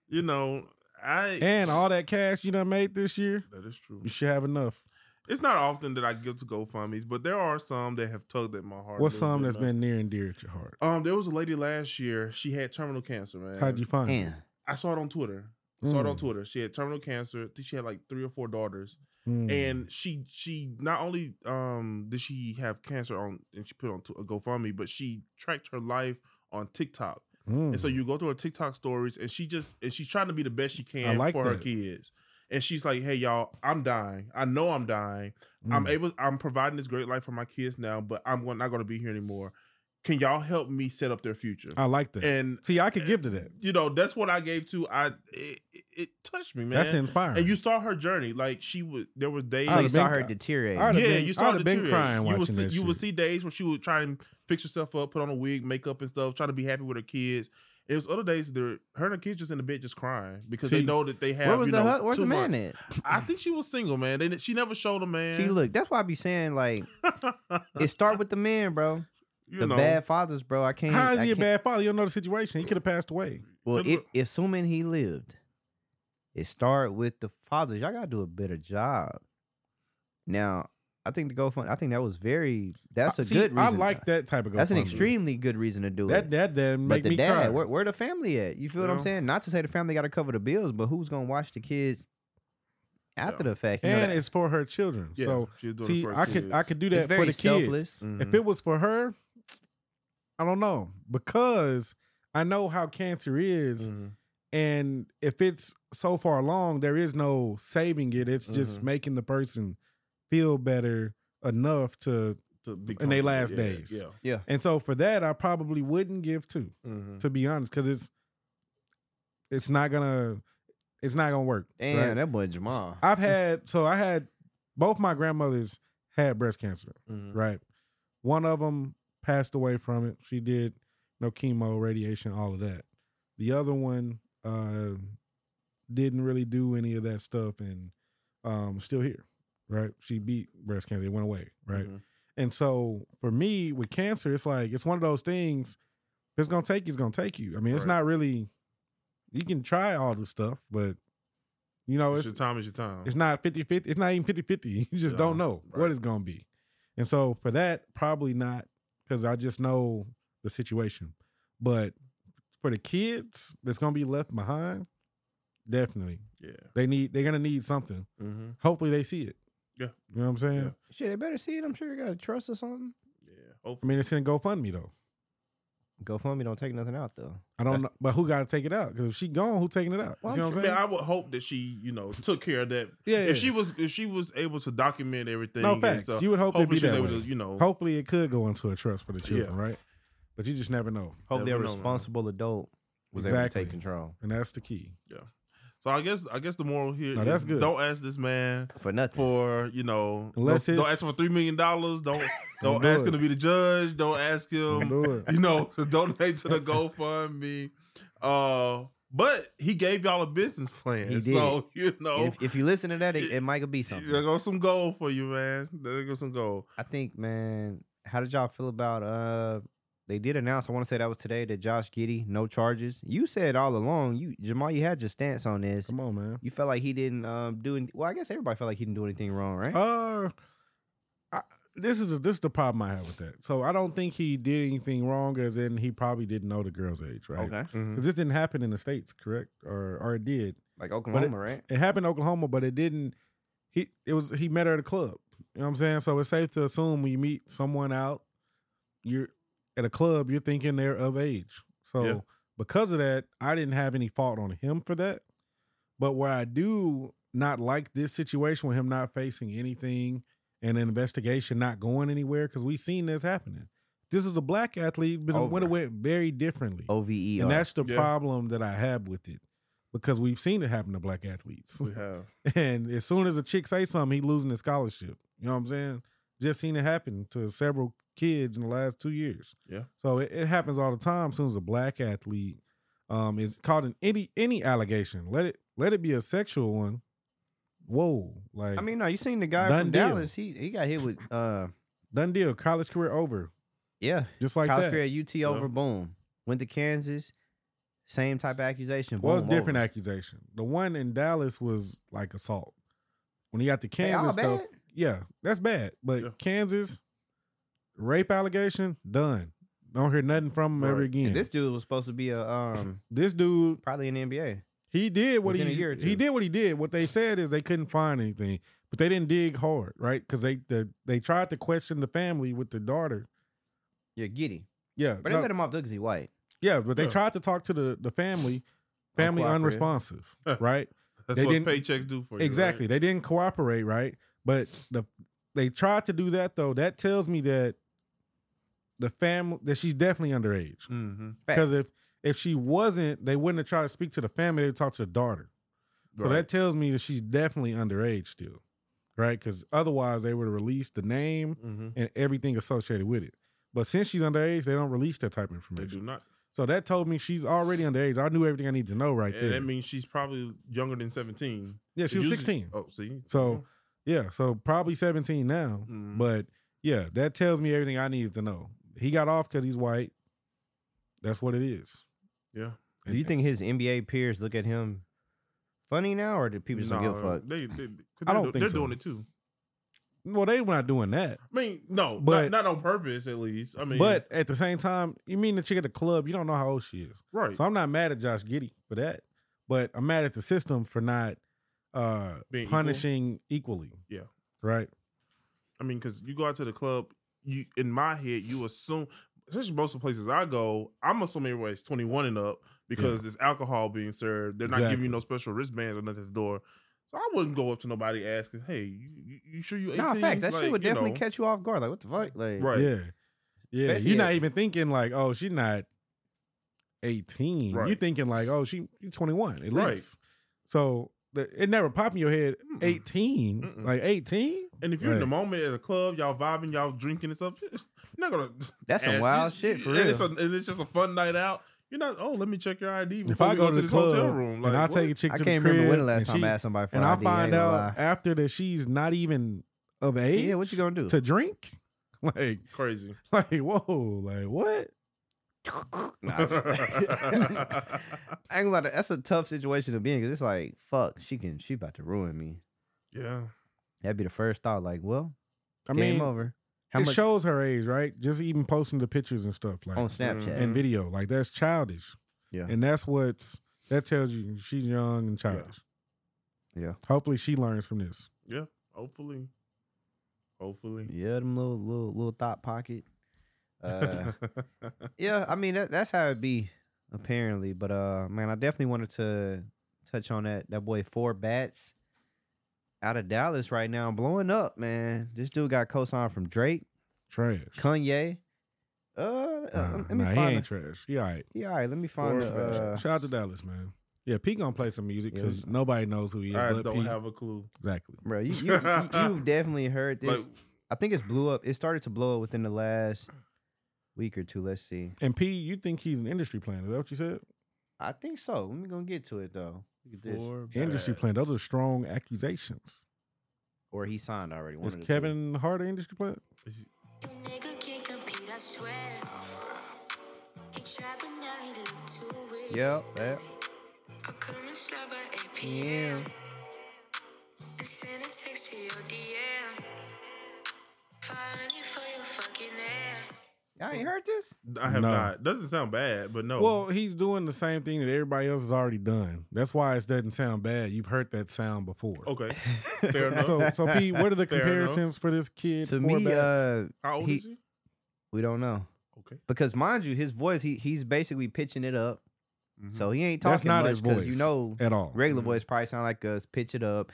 You know, I And all that cash you done made this year, that is true. you should have enough. It's not often that I give to GoFundmes, but there are some that have tugged at my heart. What's a little some bit, that's been man. near and dear to your heart? Um, there was a lady last year. She had terminal cancer, man. How'd you find it? Damn. I saw it on Twitter. I saw it on Mm. Twitter. She had terminal cancer. I think she had like three or four daughters. Mm. and she she not only um did she have cancer on and she put on to a GoFundMe, but she tracked her life on TikTok. And so Mm. you go through her TikTok stories, and she just and she's trying to be the best she can like for her that. kids. And she's like, "Hey y'all, I'm dying. I know I'm dying. I'm Mm. able. I'm providing this great life for my kids now, but I'm gon- not going to be here anymore. Can y'all help me set up their future?" I like that. and See, I could give to that. you know that's what I gave to. I it, it, it touched me, man. That's inspiring. And you saw her journey. Like she was, there was days. So you I'd've saw been- her deteriorate. I'd've- yeah, been- you I'd saw have the been deterioration. crying You would watching see, that you would shit. see days where she would try and fix herself up, put on a wig, makeup and stuff, try to be happy with her kids. It was other days that her and her kids just in the bed just crying because they See, know that they have. Where was you the know, hu- Where's too the man much. at? I think she was single, man. They, she never showed a man. See, look, that's why I be saying like it start with the men, bro. you the know, bad fathers, bro. I can't. How is I he a can't- bad father? You don't know the situation. He could have passed away. Well, Cause if, look- assuming he lived, it start with the fathers. Y'all gotta do a better job. Now, I think the GoFund. I think that was very. That's a See, good. reason. I like that type of That's an GoFundMe. extremely good reason to do That it. that that but make the me cry. dad, where, where the family at? You feel what I'm Yeah. saying? Not to say the family got to cover the bills, but who's gonna watch the kids after the fact? You know, and that- it's for her children. yeah, so she was doing it see, for her I could I kids. could do it's that for the very kids. Mm. selfless. Mm-hmm. Mhm. If it was for her, I don't know because I know how cancer Mm. is, Mhm. and if it's so far along, there is no saving it. It's just Mm-hmm. Mhm. making the person feel better enough to. To be in their comfortable, last yeah, days. yeah. And so for that, I probably wouldn't give two. Mhm. to be honest, because it's it's not gonna it's not gonna work. Damn, right? that boy Jamal. I've had so I had both my grandmothers had breast cancer, Mhm. right? One of them passed away from it. She did no chemo, radiation, all of that. The other one uh, didn't really do any of that stuff and um, still here, right? She beat breast cancer. It went away, right? Mhm. And so for me with cancer, it's like it's one of those things. If it's gonna take you, it's gonna take you. I mean, it's Right. not really. You can try all this stuff, but you know, It's it's your time. It's your time. it's not 50 50. It's not even 50 50. You just Yeah, don't know right. what it's gonna be. And so for that, probably not because I just know the situation. But for the kids that's gonna be left behind, definitely yeah. they need they're gonna need something. Mm-hmm. Hopefully they see it. Yeah. you know what I'm saying. Yeah. Shit, they better see it. I'm sure you got to trust or something. Yeah. I Hopefully. mean, it's in GoFundMe though. GoFundMe don't take nothing out though. I don't That's- know, but who got to take it out? Because if she gone, who taking it out? Well, you know I'm what I I'm saying? mean, I would hope that she, you know, took care of that. yeah, yeah. If she was, if she was able to document everything, no and facts, stuff, you would hope it'd hopefully be she was that able way. to, you know, Hopefully, it could go into a trust for the children, right? But you just never know, Hopefully, a Never know, man. responsible adult was able to Exactly. take control and that's the key. So I guess, I guess the moral here No, is that's good. don't ask this man for nothing. for, you know, Unless don't, don't it's- ask for three million dollars. Don't, don't, Don't do ask it. him to be the judge. Don't ask Don't him, do it. you know, to donate to the GoFundMe. Uh, but he gave y'all a business plan, He did. so you know, if, if you listen to that, it, it might be there something. goes some gold for you, man. There goes some gold. I think, man. How did y'all feel about? uh They did announce. I want to say that was today that Josh Giddy no charges. You said all along, you Jamal, you had your stance on this. Come on, man. You felt like he didn't um, do. Any, well, I guess everybody felt like he didn't do anything wrong, right? Uh, I, this is the, this is the problem I have with that. So I don't think he did anything wrong, as in he probably didn't know the girl's age, right? Okay, Because this didn't happen in the states, correct? Or or it did? like Oklahoma, right? It happened in Oklahoma, but it didn't. He it was he met her at a club. You know what I'm saying? So it's safe to assume when you meet someone out, you're at a club, you're thinking they're of age. So Yeah. because of that, I didn't have any fault on him for that. But where I do not like this situation with him not facing anything and an investigation not going anywhere, because we've seen this happening. This is a black athlete, but it Over. went, it went very differently. OVE. And that's the Yeah. problem that I have with it because we've seen it happen to black athletes. We have. and as soon as a chick say something, he losing his scholarship. You know what I'm saying? Just seen it happen to several kids in the last two years. Yeah. So it, it happens all the time. As soon as a black athlete um, is called an any any allegation. Let it let it be a sexual one. Whoa, like I mean, no, you seen the guy Done from deal. Dallas? He he got hit with uh done deal. College career over. yeah, Just like college that. career UT over boom. Went to Kansas, same type of accusation. Well, it's boom, different over. accusation. The one in Dallas was like assault. When he got to They all Kansas, though, bad? yeah, that's bad. But Yeah. Kansas rape allegation done. Don't hear nothing from him ever Right. again. And This dude was supposed to be a um this dude, probably in the NBA. he did what Within he a year or he two. did what he did. What they said is they couldn't find anything, but they didn't dig hard, right? Because they the, they tried to question the family with the daughter. Yeah, giddy. Yeah, But no- they let him off because he white. yeah, but they Yeah. tried to talk to the the family. Family Uncooperative. unresponsive, right? That's They what didn't- paychecks do for you. Exactly. Right? They didn't cooperate, right? But the they tried to do that though. That tells me that the family that she's definitely underage. Mm-hmm. Fact. Because if if she wasn't, they wouldn't have tried to speak to the family. They would talk to the daughter. So that tells me that she's definitely underage still, right? Because otherwise they would have released the name mm-hmm. and everything associated with it. But since she's underage, they don't release that type of They information. do not. So that told me she's already underage. I knew everything I need to know right and there. that means she's probably younger than 17. yeah, she was Usually- sixteen. Oh, see? So yeah, so probably 17 now. Mm-hmm. Mhm. But yeah, that tells me everything I needed to know. He got off because he's white. That's what it is. yeah. Do you think his NBA peers look at him funny now, or do people just don't give a Nah, fuck? They, they, I 'cause they're don't do- think They're so. doing it too. Well, they were not doing that. I mean, no, But- not, not on purpose, at least. I mean, but at the same time, you mean the chick at the club, you don't know how old she is. right. So I'm not mad at Josh Giddy for that. But I'm mad at the system for not uh Being equal? punishing equally. Yeah. Right? I mean, because you go out to the club, you in my head, you assume, especially most of the places I go, I'm assuming everybody's 21 and up because there's alcohol being served. They're not giving Exactly. you no special wristbands or nothing at the door. So I wouldn't go up to nobody asking, hey, you, you, you sure you 18? Nah, facts. That Like, shit would you definitely know. catch you off guard. Like, what the fuck? Like, Right. Yeah. Yeah. Especially You're not at- even thinking like, oh, she's not 18. You're Right. thinking like, oh, she she's 21 at Right. least. So the, it never popped in your head Mm-mm. 18. Mm-mm. Like 18? And if you're in the Right. moment at a club, y'all vibing, y'all drinking and stuff, you're not gonna. That's some ask- wild shit for and It's a, real. and it's just a fun night out. You're not. Oh, let me check your ID If before I we go, to, this the club hotel room. Like, and I what? take a chick I to the can't crib remember when the last and time she- I asked somebody for and ID. I ain't find gonna out lie. after that she's not even of age Yeah, what you gonna do? to drink. Like, crazy. like, whoa, like what? Nah, I'm just- I ain't gonna lie, that's a tough situation to be in because it's like, fuck, she can, she about to ruin me. yeah. That'd be the first thought. Like, well, I game mean, over. How it much shows her age, right? Just even posting the pictures and stuff like on Snapchat? Mm, and video. Like that's childish. Yeah. And that's what's that tells you she's young and childish. Yeah. Hopefully she learns from this. Yeah. Hopefully. Hopefully. yeah, them little little little thought pocket. Uh, yeah, I mean that, that's how it be apparently. But uh, man, I definitely wanted to touch on that that boy four bats out of Dallas right now, blowing up, man. This dude got co-signed from Drake, Trash. Kanye. Uh, uh, Nah, let me nah, he find. ain't The, trash. He all right. yeah, all right, let me find. Four The, uh, Shout out to Dallas, man. Yeah, P gonna play some music Yeah, because we- nobody knows who he is. I but don't P. have a clue. exactly. bro, you, you, you have definitely heard Like, this. I think it's blew up. It started to blow up within the last week or two. Let's see. And P, you think he's an industry plan? Is that what you said? I think so. Let me gonna get to it though. Look at this. four Industry bad. plan. Those are strong accusations. Or he signed already. One Is of the two. Kevin Hart an industry plan? Is he- That nigga can't compete, I swear. He tried, but now he look too weak. Yep. Yep. I'm coming slow by 8 Yeah. p.m. And send a text to your DM. 500 for your fucking ass. Y'all ain't heard this? I have No. not. Doesn't sound bad, but no. Well, he's doing the same thing that everybody else has already done. That's why it doesn't sound bad. You've heard that sound before. okay. Fair enough. So, so P, what are the Fair enough. comparisons for this kid? to for me, Bats? uh, How old He- is he? we don't know Okay. because mind you, his voice he he's basically pitching it up, Mhm. so he ain't Mm-hmm. That's talking not much his because you voice. know at all. regular Mhm. voice probably sound like us pitch it up.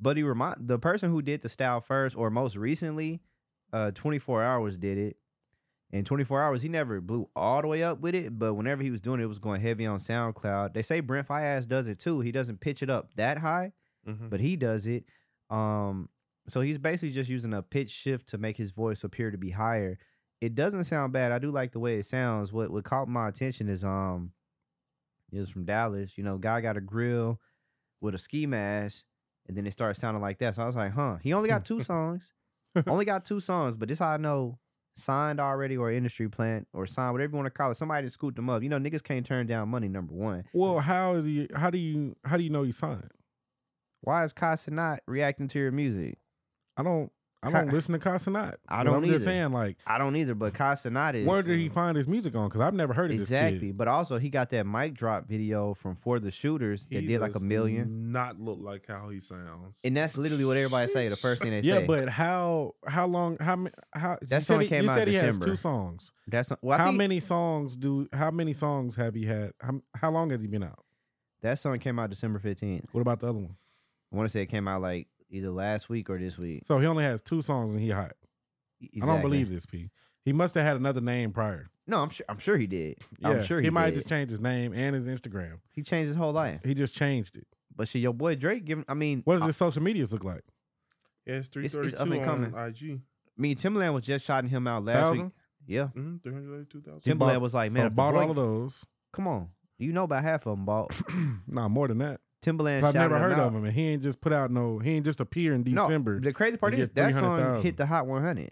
But he remind the person who did the style first or most recently, uh, 24 hours did it. In 24 hours, he never blew all the way up with it, but whenever he was doing it, it was going heavy on SoundCloud. They say Brent Fias does it too. He doesn't pitch it up that high, Mhm. but he does it. Um, so he's basically just using a pitch shift to make his voice appear to be higher. It doesn't sound bad. I do like the way it sounds. What what caught my attention is um It was from Dallas. You know, guy got a grill with a ski mask, and then it started sounding like that. So I was like, huh. He only got two songs. only got two songs, but this how I know signed already or industry plant or signed, whatever you want to call it. Somebody that scooped him up. You know, niggas can't turn down money, number one. Well, how is he? How do you? How do you know he signed? Why is Casa not reacting to your music? I don't. I don't listen to Casanat. I don't I'm either. just saying, like, I don't either, but Casa not is where did he find his music on? Because I've never heard of this Exactly. kid. But also he got that mic drop video from For the Shooters that He did like a does million. Not look like how he sounds. And that's literally what everybody say, the first thing they Yeah, say. but how? How long? How? ma- How? you That said song he- came You out said he December. has two songs. that's not- well, I how think many songs do? How many songs have he had? How, how long has he been out? that song came out December 15th. What about the other one? I want to say it came out like either last week or this week. E, So he only has two songs and he hot. I don't believe this, P. He must have had another name prior. No, I'm sure I'm sure he did. Yeah, I'm sure he, he might have did. just change his name and his Instagram. he changed his whole life. He just changed it. But shit, your boy Drake giving I mean What does I- his social medias look like? yeah, it's it's 332 up and coming. on IG. I mean Timberland was just shouting him out last Thousand. week. Yeah. Mm-hmm, 382,000. Tim- Timberland bought- was like, Man, man, so I if the bought boy- all of those. come on. You know about half of them bought. nah, more than that. Timberland I've shouted never heard out. of him, and he ain't just put out no. He ain't just appear in No, December. the crazy part and is get that song 300,000. hit the Hot 100.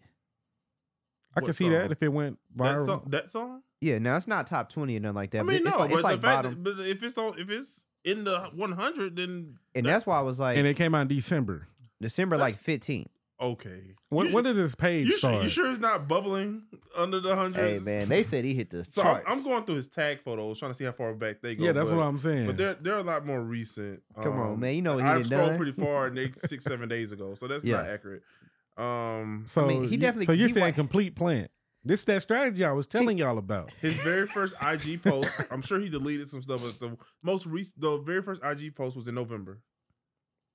I can What see song? that if it went That viral. song, that song? Yeah, now it's not top 20 or nothing like that. I mean, but no, it's, like, but, it's like the fact bottom. that, but if it's on, if it's in the 100, then and that's why I was like, and it came out in December. December like that's- 15th. okay. When, you, when did this page you, sure, start? you sure it's not bubbling under the Hey, hundreds? man, they said he hit the So I'm, charts. I'm going through his tag photos, trying to see how far back they go. yeah, that's but, what I'm saying. But they're they're a lot more recent. Um, Come on, man, you know what he I've done scrolled done. pretty far, and they six seven days ago, so that's not Yeah. accurate. Um, so mean, he you- definitely- So you're he saying wa- complete plant. This that strategy I was telling y'all about. his very first IG post, I'm sure he deleted some stuff, but the most recent, the very first IG post was in November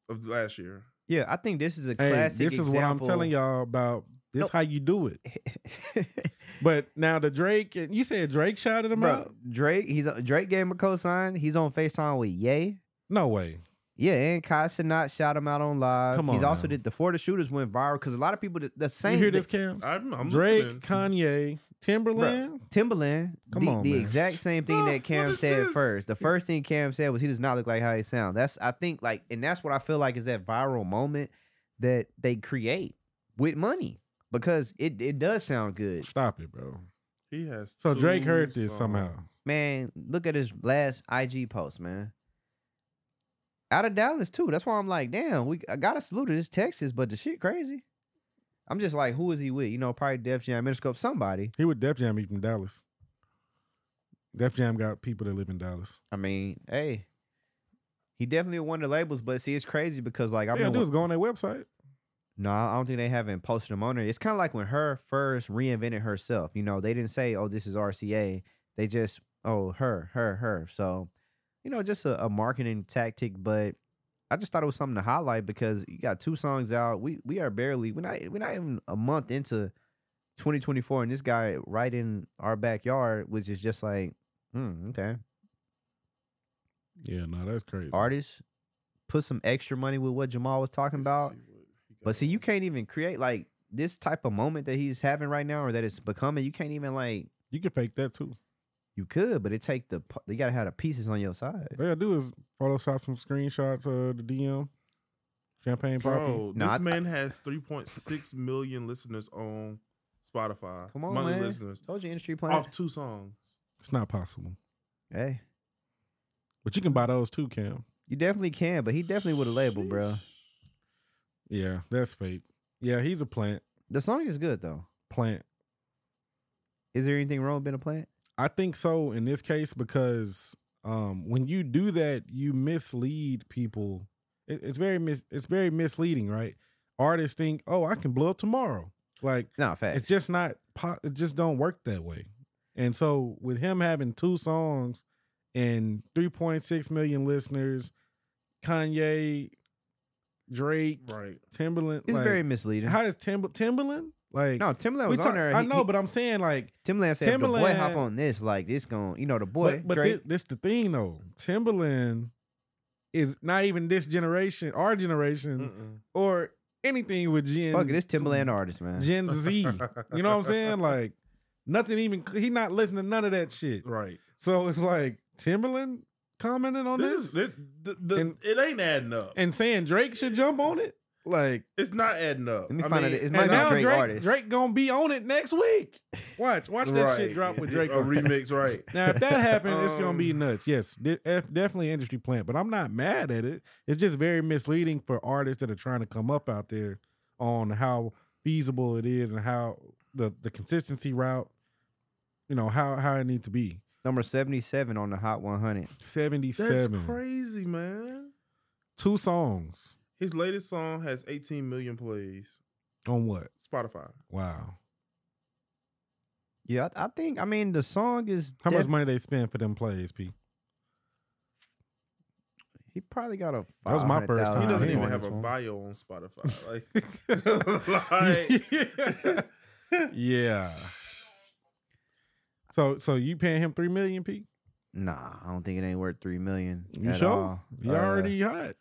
of last year. yeah, I think this is a Hey, classic. this is what I'm telling y'all about. This Nope. how you do it. But now the Drake, and you said Drake shouted him Bro, out. Drake, he's Drake gave him a cosign. He's on Facetime with Ye. No way. Yeah, and Kai Sinat shout him out on live. Come he's on also now. did the four the shooters went viral because a lot of people did- the same. you hear the- this, Cam? I'm, I'm Drake, listening. Kanye, Timberland. Timberland, Come the, on, the man. exact same thing Bro, that Cam what is said this? first. The first thing Cam said was he does not look like how he sounds. That's I think like, and that's what I feel like is that viral moment that they create with money because it it does sound good. Stop it, bro. He has. So two Drake heard this songs. somehow. Man, look at his last IG post, man. Out of Dallas too. That's why I'm like, damn, we I gotta salute it. It's Texas, but the shit crazy. I'm just like, who is he with? You know, probably Def Jam, Interscope, somebody. He would Def Jam. He from Dallas. Def Jam got people that live in Dallas. I mean, hey, he definitely one of the labels, but see, it's crazy because like I All you gotta remember, do is go on their website. no, I don't think they haven't posted them on there. It's kind of like when her first reinvented herself. You know, they didn't say, "Oh, this is RCA." They just, "Oh, her, her, her." So, you know, just a, a marketing tactic. But I just thought it was something to highlight because you got two songs out. We we are barely we're not we're not even a month into 2024, and this guy right in our backyard, which is just like, hmm, okay. Yeah, no, that's crazy. artists put some extra money with what Jamal was talking about. Let's see what he got But see, you on. can't even create like this type of moment that he's having right now or that it's becoming. You can't even like You can fake that too. you could, but it take the p- you gotta have the pieces on your side. All you gotta do is Photoshop some screenshots of the DM, Champagne Poppy. Bro, No, this I- man has 3.6 million listeners on Spotify. Come on, monthly man. listeners Told you industry plan. off two songs. It's not possible. Hey, But you can buy those too, Cam. you definitely can, but he definitely with a label, bro. Yeah, that's fake. Yeah, he's a plant. The song is good though. Plant. Is there anything wrong with being a plant? I think so in this case because um, when you do that, you mislead people. It- it's very mis- it's very misleading, right? Artists think, oh, I can blow up tomorrow. Like No, facts. it's just not. po- It just don't work that way. And so with him having two songs and 3.6 million listeners, Kanye, Drake, Right. Timberland, it's like, very misleading. how does Timber Timberland like? no, Timberland we was talk, on there. I He- know, he- but I'm saying like Timberland said, "If the boy hop Timberland- on this, like this going, you know, the boy but, but Drake." thi- this, the thing though. Timberland is not even this generation, our generation, Mm-mm. or anything with Gen Fuck it, it's Timberland artist, man. Gen Z. you know what I'm saying? Like nothing even. He not listening to none of that shit. Right. So it's like Timberland commenting on This this, is it, the, the, And- it ain't adding up. and saying Drake should jump on it? Like, it's not adding up. Let me I find mean, out. It and might and not now I- Drake, Drake Drake, artist. gonna be on it next week. Watch, watch that Right. shit drop with Drake. a on it. remix, right? Now, if that happened, it's gonna be Um, nuts. Yes, de- def- definitely industry plant, but I'm not mad at it. It's just very misleading for artists that are trying to come up out there on how feasible it is and how the the consistency route, you know, how how it needs to be. Number 77 on the Hot 100. Seventy That's seven, crazy, man. two songs His latest song has 18 million plays. on what? Spotify. Wow, Yeah, I, I think, I mean, the song is. how much def- money they spend for them plays, P? He probably got a. That was my first He time. doesn't he even on have a bio on Spotify. Like, like yeah. So so you paying him three million, P? Nah, I don't think it ain't worth three million. You at sure? all. You Uh, already hot.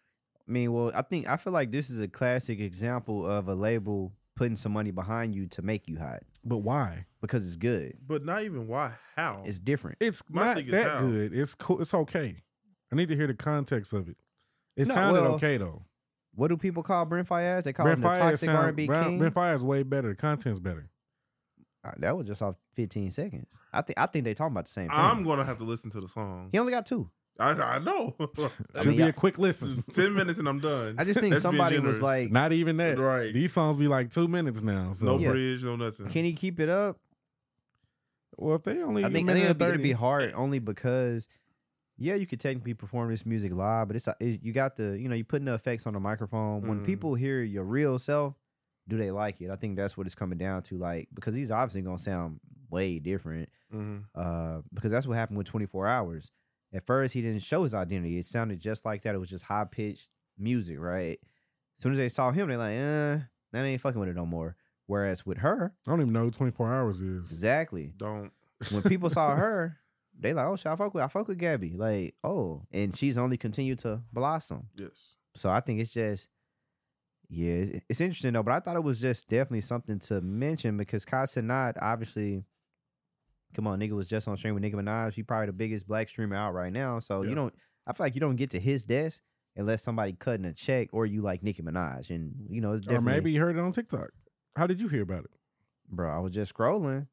I mean, well, I think I feel like this is a classic example of a label putting some money behind you to make you hot But why? because it's good. but not even why. How? It's different. It's My not thing is that how. good. It's cool. It's okay. I need to hear the context of it. It No, sounded well, okay though. What do people call Brent Fayez? They call Brent him the Fire toxic sounds. R&B Brent king. Brent Fire is way better. The content's better. Uh, that was just off 15 seconds. I think I think they talking about the same thing. I'm gonna have to listen to the song. he only got two. I, I know. I Should mean, be I- a quick listen. Ten minutes and I'm done. I just think That's being somebody was generous. like, Not even that. right. These songs be like two minutes now. So no Yeah. bridge, no nothing. "Can he keep it up?" well, if they only I think, a I minute think it'd, and be, it'd be 30 hard only because, yeah, you could technically perform this music live, but it's uh, it, you got the you know you putting the effects on the microphone. When Mm. people hear your real self, do they like it? I think that's what it's coming down to. Like because he's obviously gonna sound way different. Mhm. Uh, because that's what happened with 24 hours. At first, he didn't show his identity. It sounded just like that. It was just high pitched music, right? As soon as they saw him, they're like, eh, that ain't fucking with it no more. Whereas with her, I don't even know who 24 hours is. exactly Don't. when people saw her, they like, oh shit, I fuck with I fuck with Gabby. Like, oh. And she's only continued to blossom. Yes. So I think it's just yeah, it's, it's interesting though, but I thought it was just definitely something to mention because Kai Sinat, obviously, come on, nigga was just on stream with Nicki Minaj. He probably the biggest black streamer out right now. So you Yeah. don't I feel like you don't get to his desk unless somebody cutting a check or you like Nicki Minaj. And you know, it's Or definitely maybe you heard it on TikTok. How did you hear about it? bro, I was just scrolling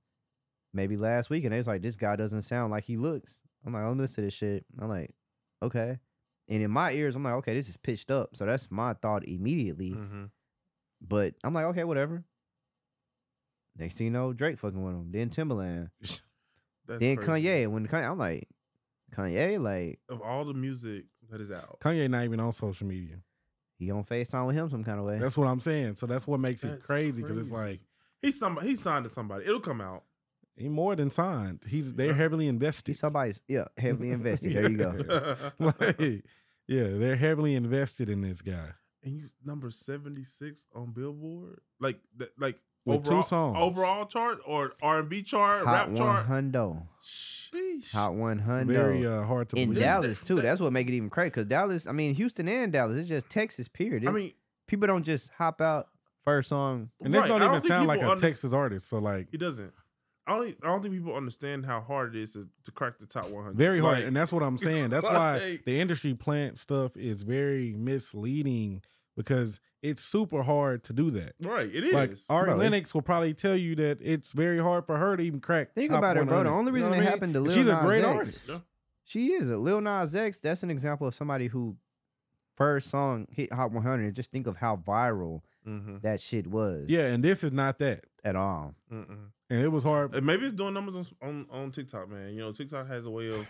maybe last week and they was like, this guy doesn't sound like he looks. I'm like, I'm listening to this shit. I'm like, okay. And in my ears, I'm like, okay, this is pitched up. So that's my thought immediately. Mm-hmm. Mhm. But I'm like, okay, whatever. Next thing you know, Drake fucking with him. Then Timberland. That's then crazy. Kanye. When Kanye, I'm like, Kanye, like, Of all the music that is out, Kanye not even on social media. he on FaceTime with him some kind of way. That's what I'm saying. So that's what makes it That's crazy because it's crazy. like he's somebody. He signed to somebody. It'll come out. he more than signed. He's they're Yeah. heavily invested. Uh-huh. He's somebody's, yeah, heavily invested. There you go. like, yeah, they're heavily invested in this guy. and you number seventy six on Billboard, like th- like With two overall, songs. overall chart or R and B chart, Hot rap chart. 100. Sheesh. Hot It's 100. very uh, hard to in believe. Dallas that- too. that- That's what make it even crazy. Cause Dallas, I mean Houston and Dallas, it's just Texas. Period. I It- mean, people don't just hop out first song. and this right, don't I even think sound like a people underst- Texas artist. So like He doesn't. I don't. e, I don't think people understand how hard it is to, to crack the top one hundred. very hard. and that's what I'm saying. That's why Like- the industry plant stuff is very misleading because it's super hard to do that. right. It is. Like Ari Bro, it's- Lennox will probably tell you that it's very hard for her to even crack. Think top about it, bro. The 100. only You know reason what I it mean? happened to And Lil she's a Nas great X. artist. Yeah. She is a Lil Nas X. That's an example of somebody who first song hit Hot 100. And just think of how viral mm-hmm. that shit was. Yeah, and this is not that. At all. Mm-mm. And it was hard. And maybe it's doing numbers on, on on TikTok, man. You know, TikTok has a way of.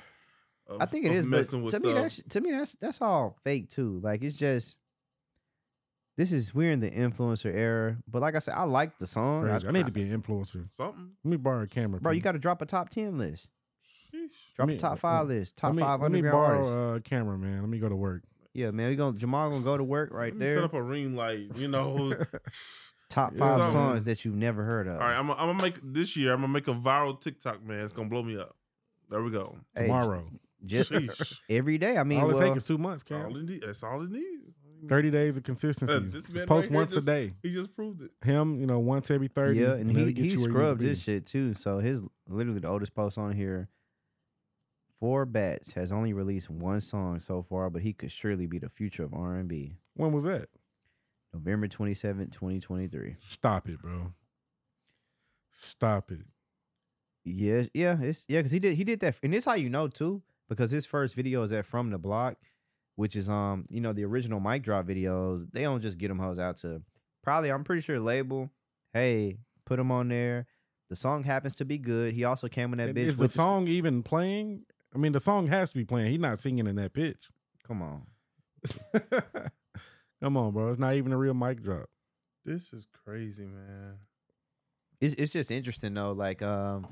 of I think it of is. But messing to with me, stuff. that's to me that's that's all fake too. Like it's just. This is we're in the influencer era, but like I said, I like the song. Crazy. I need to be an influencer. something. Let me borrow a camera. Bro, you please. got to drop a top ten list. Sheesh. Drop Me- a top five list. Top let me, five let me underground artists. borrow a camera, man. Let me go to work. yeah, man, we gonna Jamal gonna go to work right Let me Set there. up a ring light. You know. top Yeah. five Something. songs that you've never heard of. All right, I'm gonna- I'm gonna make this year. I'm gonna make a viral TikTok, man. It's gonna blow me up. There we go. Hey, Tomorrow. j- just Sheesh. every day. I mean, all it well, takes is two months, all Cam. it need, that's all it needs. 30 days of consistency. Uh, this Just man right post here once just- a day. He just proved it. Him, you know, once every 30. yeah, and that'll he get he you where you need to scrubbed be. this shit too. So his literally the oldest post on here Four Bats has only released one song so far, but he could surely be the future of R&B. When was that? November 27th, 2023. Stop it, bro. Stop it. Yeah, yeah, it's yeah, because he did he did that, and it's how you know too, because his first video is at From the Block, which is um, you know, the original mic drop videos. They don't just get them hoes out to probably. I'm pretty sure label. Hey, put them on there. The song happens to be good. He also came in that And bitch. Is the with his- song even playing? I mean, the song has to be playing. He's not singing in that pitch. Come on, Come on, bro. It's not even a real mic drop. This is crazy, man. it's it's just interesting though. Like um,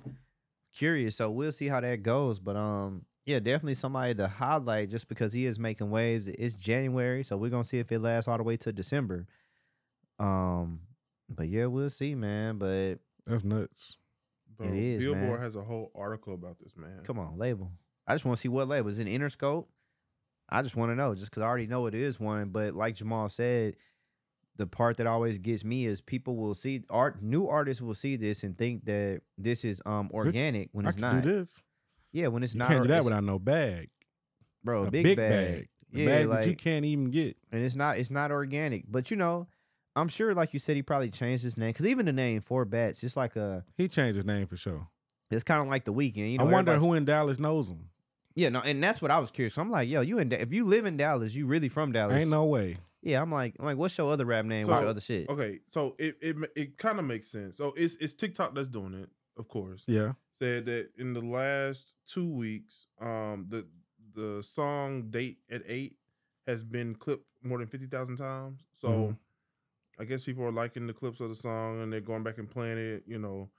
curious. So we'll see how that goes. But um, yeah, definitely somebody to highlight just because he is making waves. It's January, so we're gonna see if it lasts all the way to December. Um, but yeah, we'll see, man. But That's nuts. Bro, is, man. Billboard has a whole article about this man. come on, label. I just want to see what label is it. Interscope. I just want to know, just because I already know it is one. But like Jamal said, the part that always gets me is people will see art. New artists will see this and think that this is um organic when I it's can not. do this. Yeah, when it's you not. can't do that it's- without no bag. bro, a big, bag. The Yeah, bag like, that you can't even get. and it's not it's not organic. But you know, I'm sure, like you said, he probably changed his name because even the name Four Bats, it's like a, He changed his name for sure. it's kind of like the weekend. You know, I wonder everybody- who in Dallas knows him. Yeah, no, and that's what I was curious. I'm like, yo, you in Da- if you live in Dallas, you really from Dallas? Ain't no way. Yeah, I'm like, I'm like, what's your other rap name? what's So- your other shit? Okay, so it it ma- it kind of makes sense. So it's it's TikTok that's doing it, of course. Yeah. Said that in the last two weeks, um, the the song "Date at Eight has been clipped more than fifty thousand times. So, Mhm. I guess people are liking the clips of the song and they're going back and playing it. You know,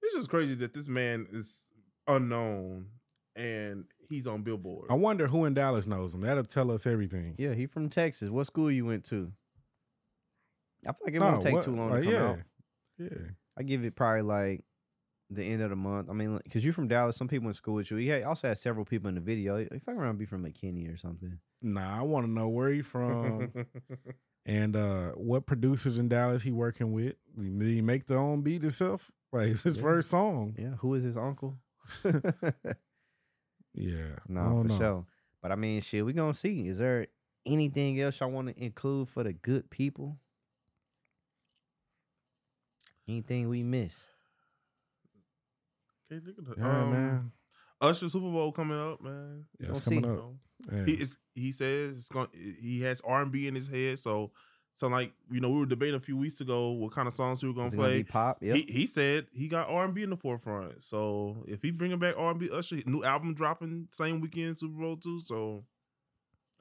it's just crazy that this man is unknown and he's on Billboard. I wonder who in Dallas knows him. That'll tell us everything. Yeah, he from Texas. What school you went to? I feel like it won't take what- too long like, to come yeah. out. Yeah. I give it probably like the end of the month. I mean, because you're from Dallas, some people in school with you. He had- also had several people in the video. He fucking around, be from McKinney or something. Nah, I want to know where he from and uh what producers in Dallas he working with. Did he make the own beat himself? Like it's his Yeah. first song. Yeah, who is his uncle? Yeah. I No, don't for know. sure. But I mean, shit, we gonna see. Is there anything else I want to include for the good people? Anything we miss? Can't think of the- Yeah, um, man. Usher Super Bowl coming up, man. Yeah, we'll it's see. coming You up. know? Yeah. He is, he says it's going he has R and B in his head, so so like you know we were debating a few weeks ago what kind of songs we were gonna Is it play. be pop? Yep. He he said he got R and B in the forefront, so if he bringing back R and B, Usher new album dropping same weekend Super Bowl too, so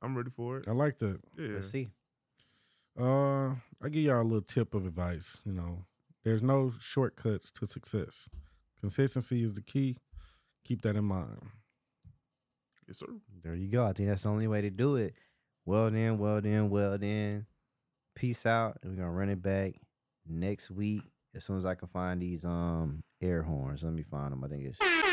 I'm ready for it. I like that. Yeah, Oh, Let's see. Uh, I give y'all a little tip of advice. You know, there's no shortcuts to success. Consistency is the key. Keep that in mind. yes sir. There you go. I think that's the only way to do it. Well then, well then, well then. Peace out. And we're gonna run it back next week as soon as I can find these um air horns. Let me find them. I think it's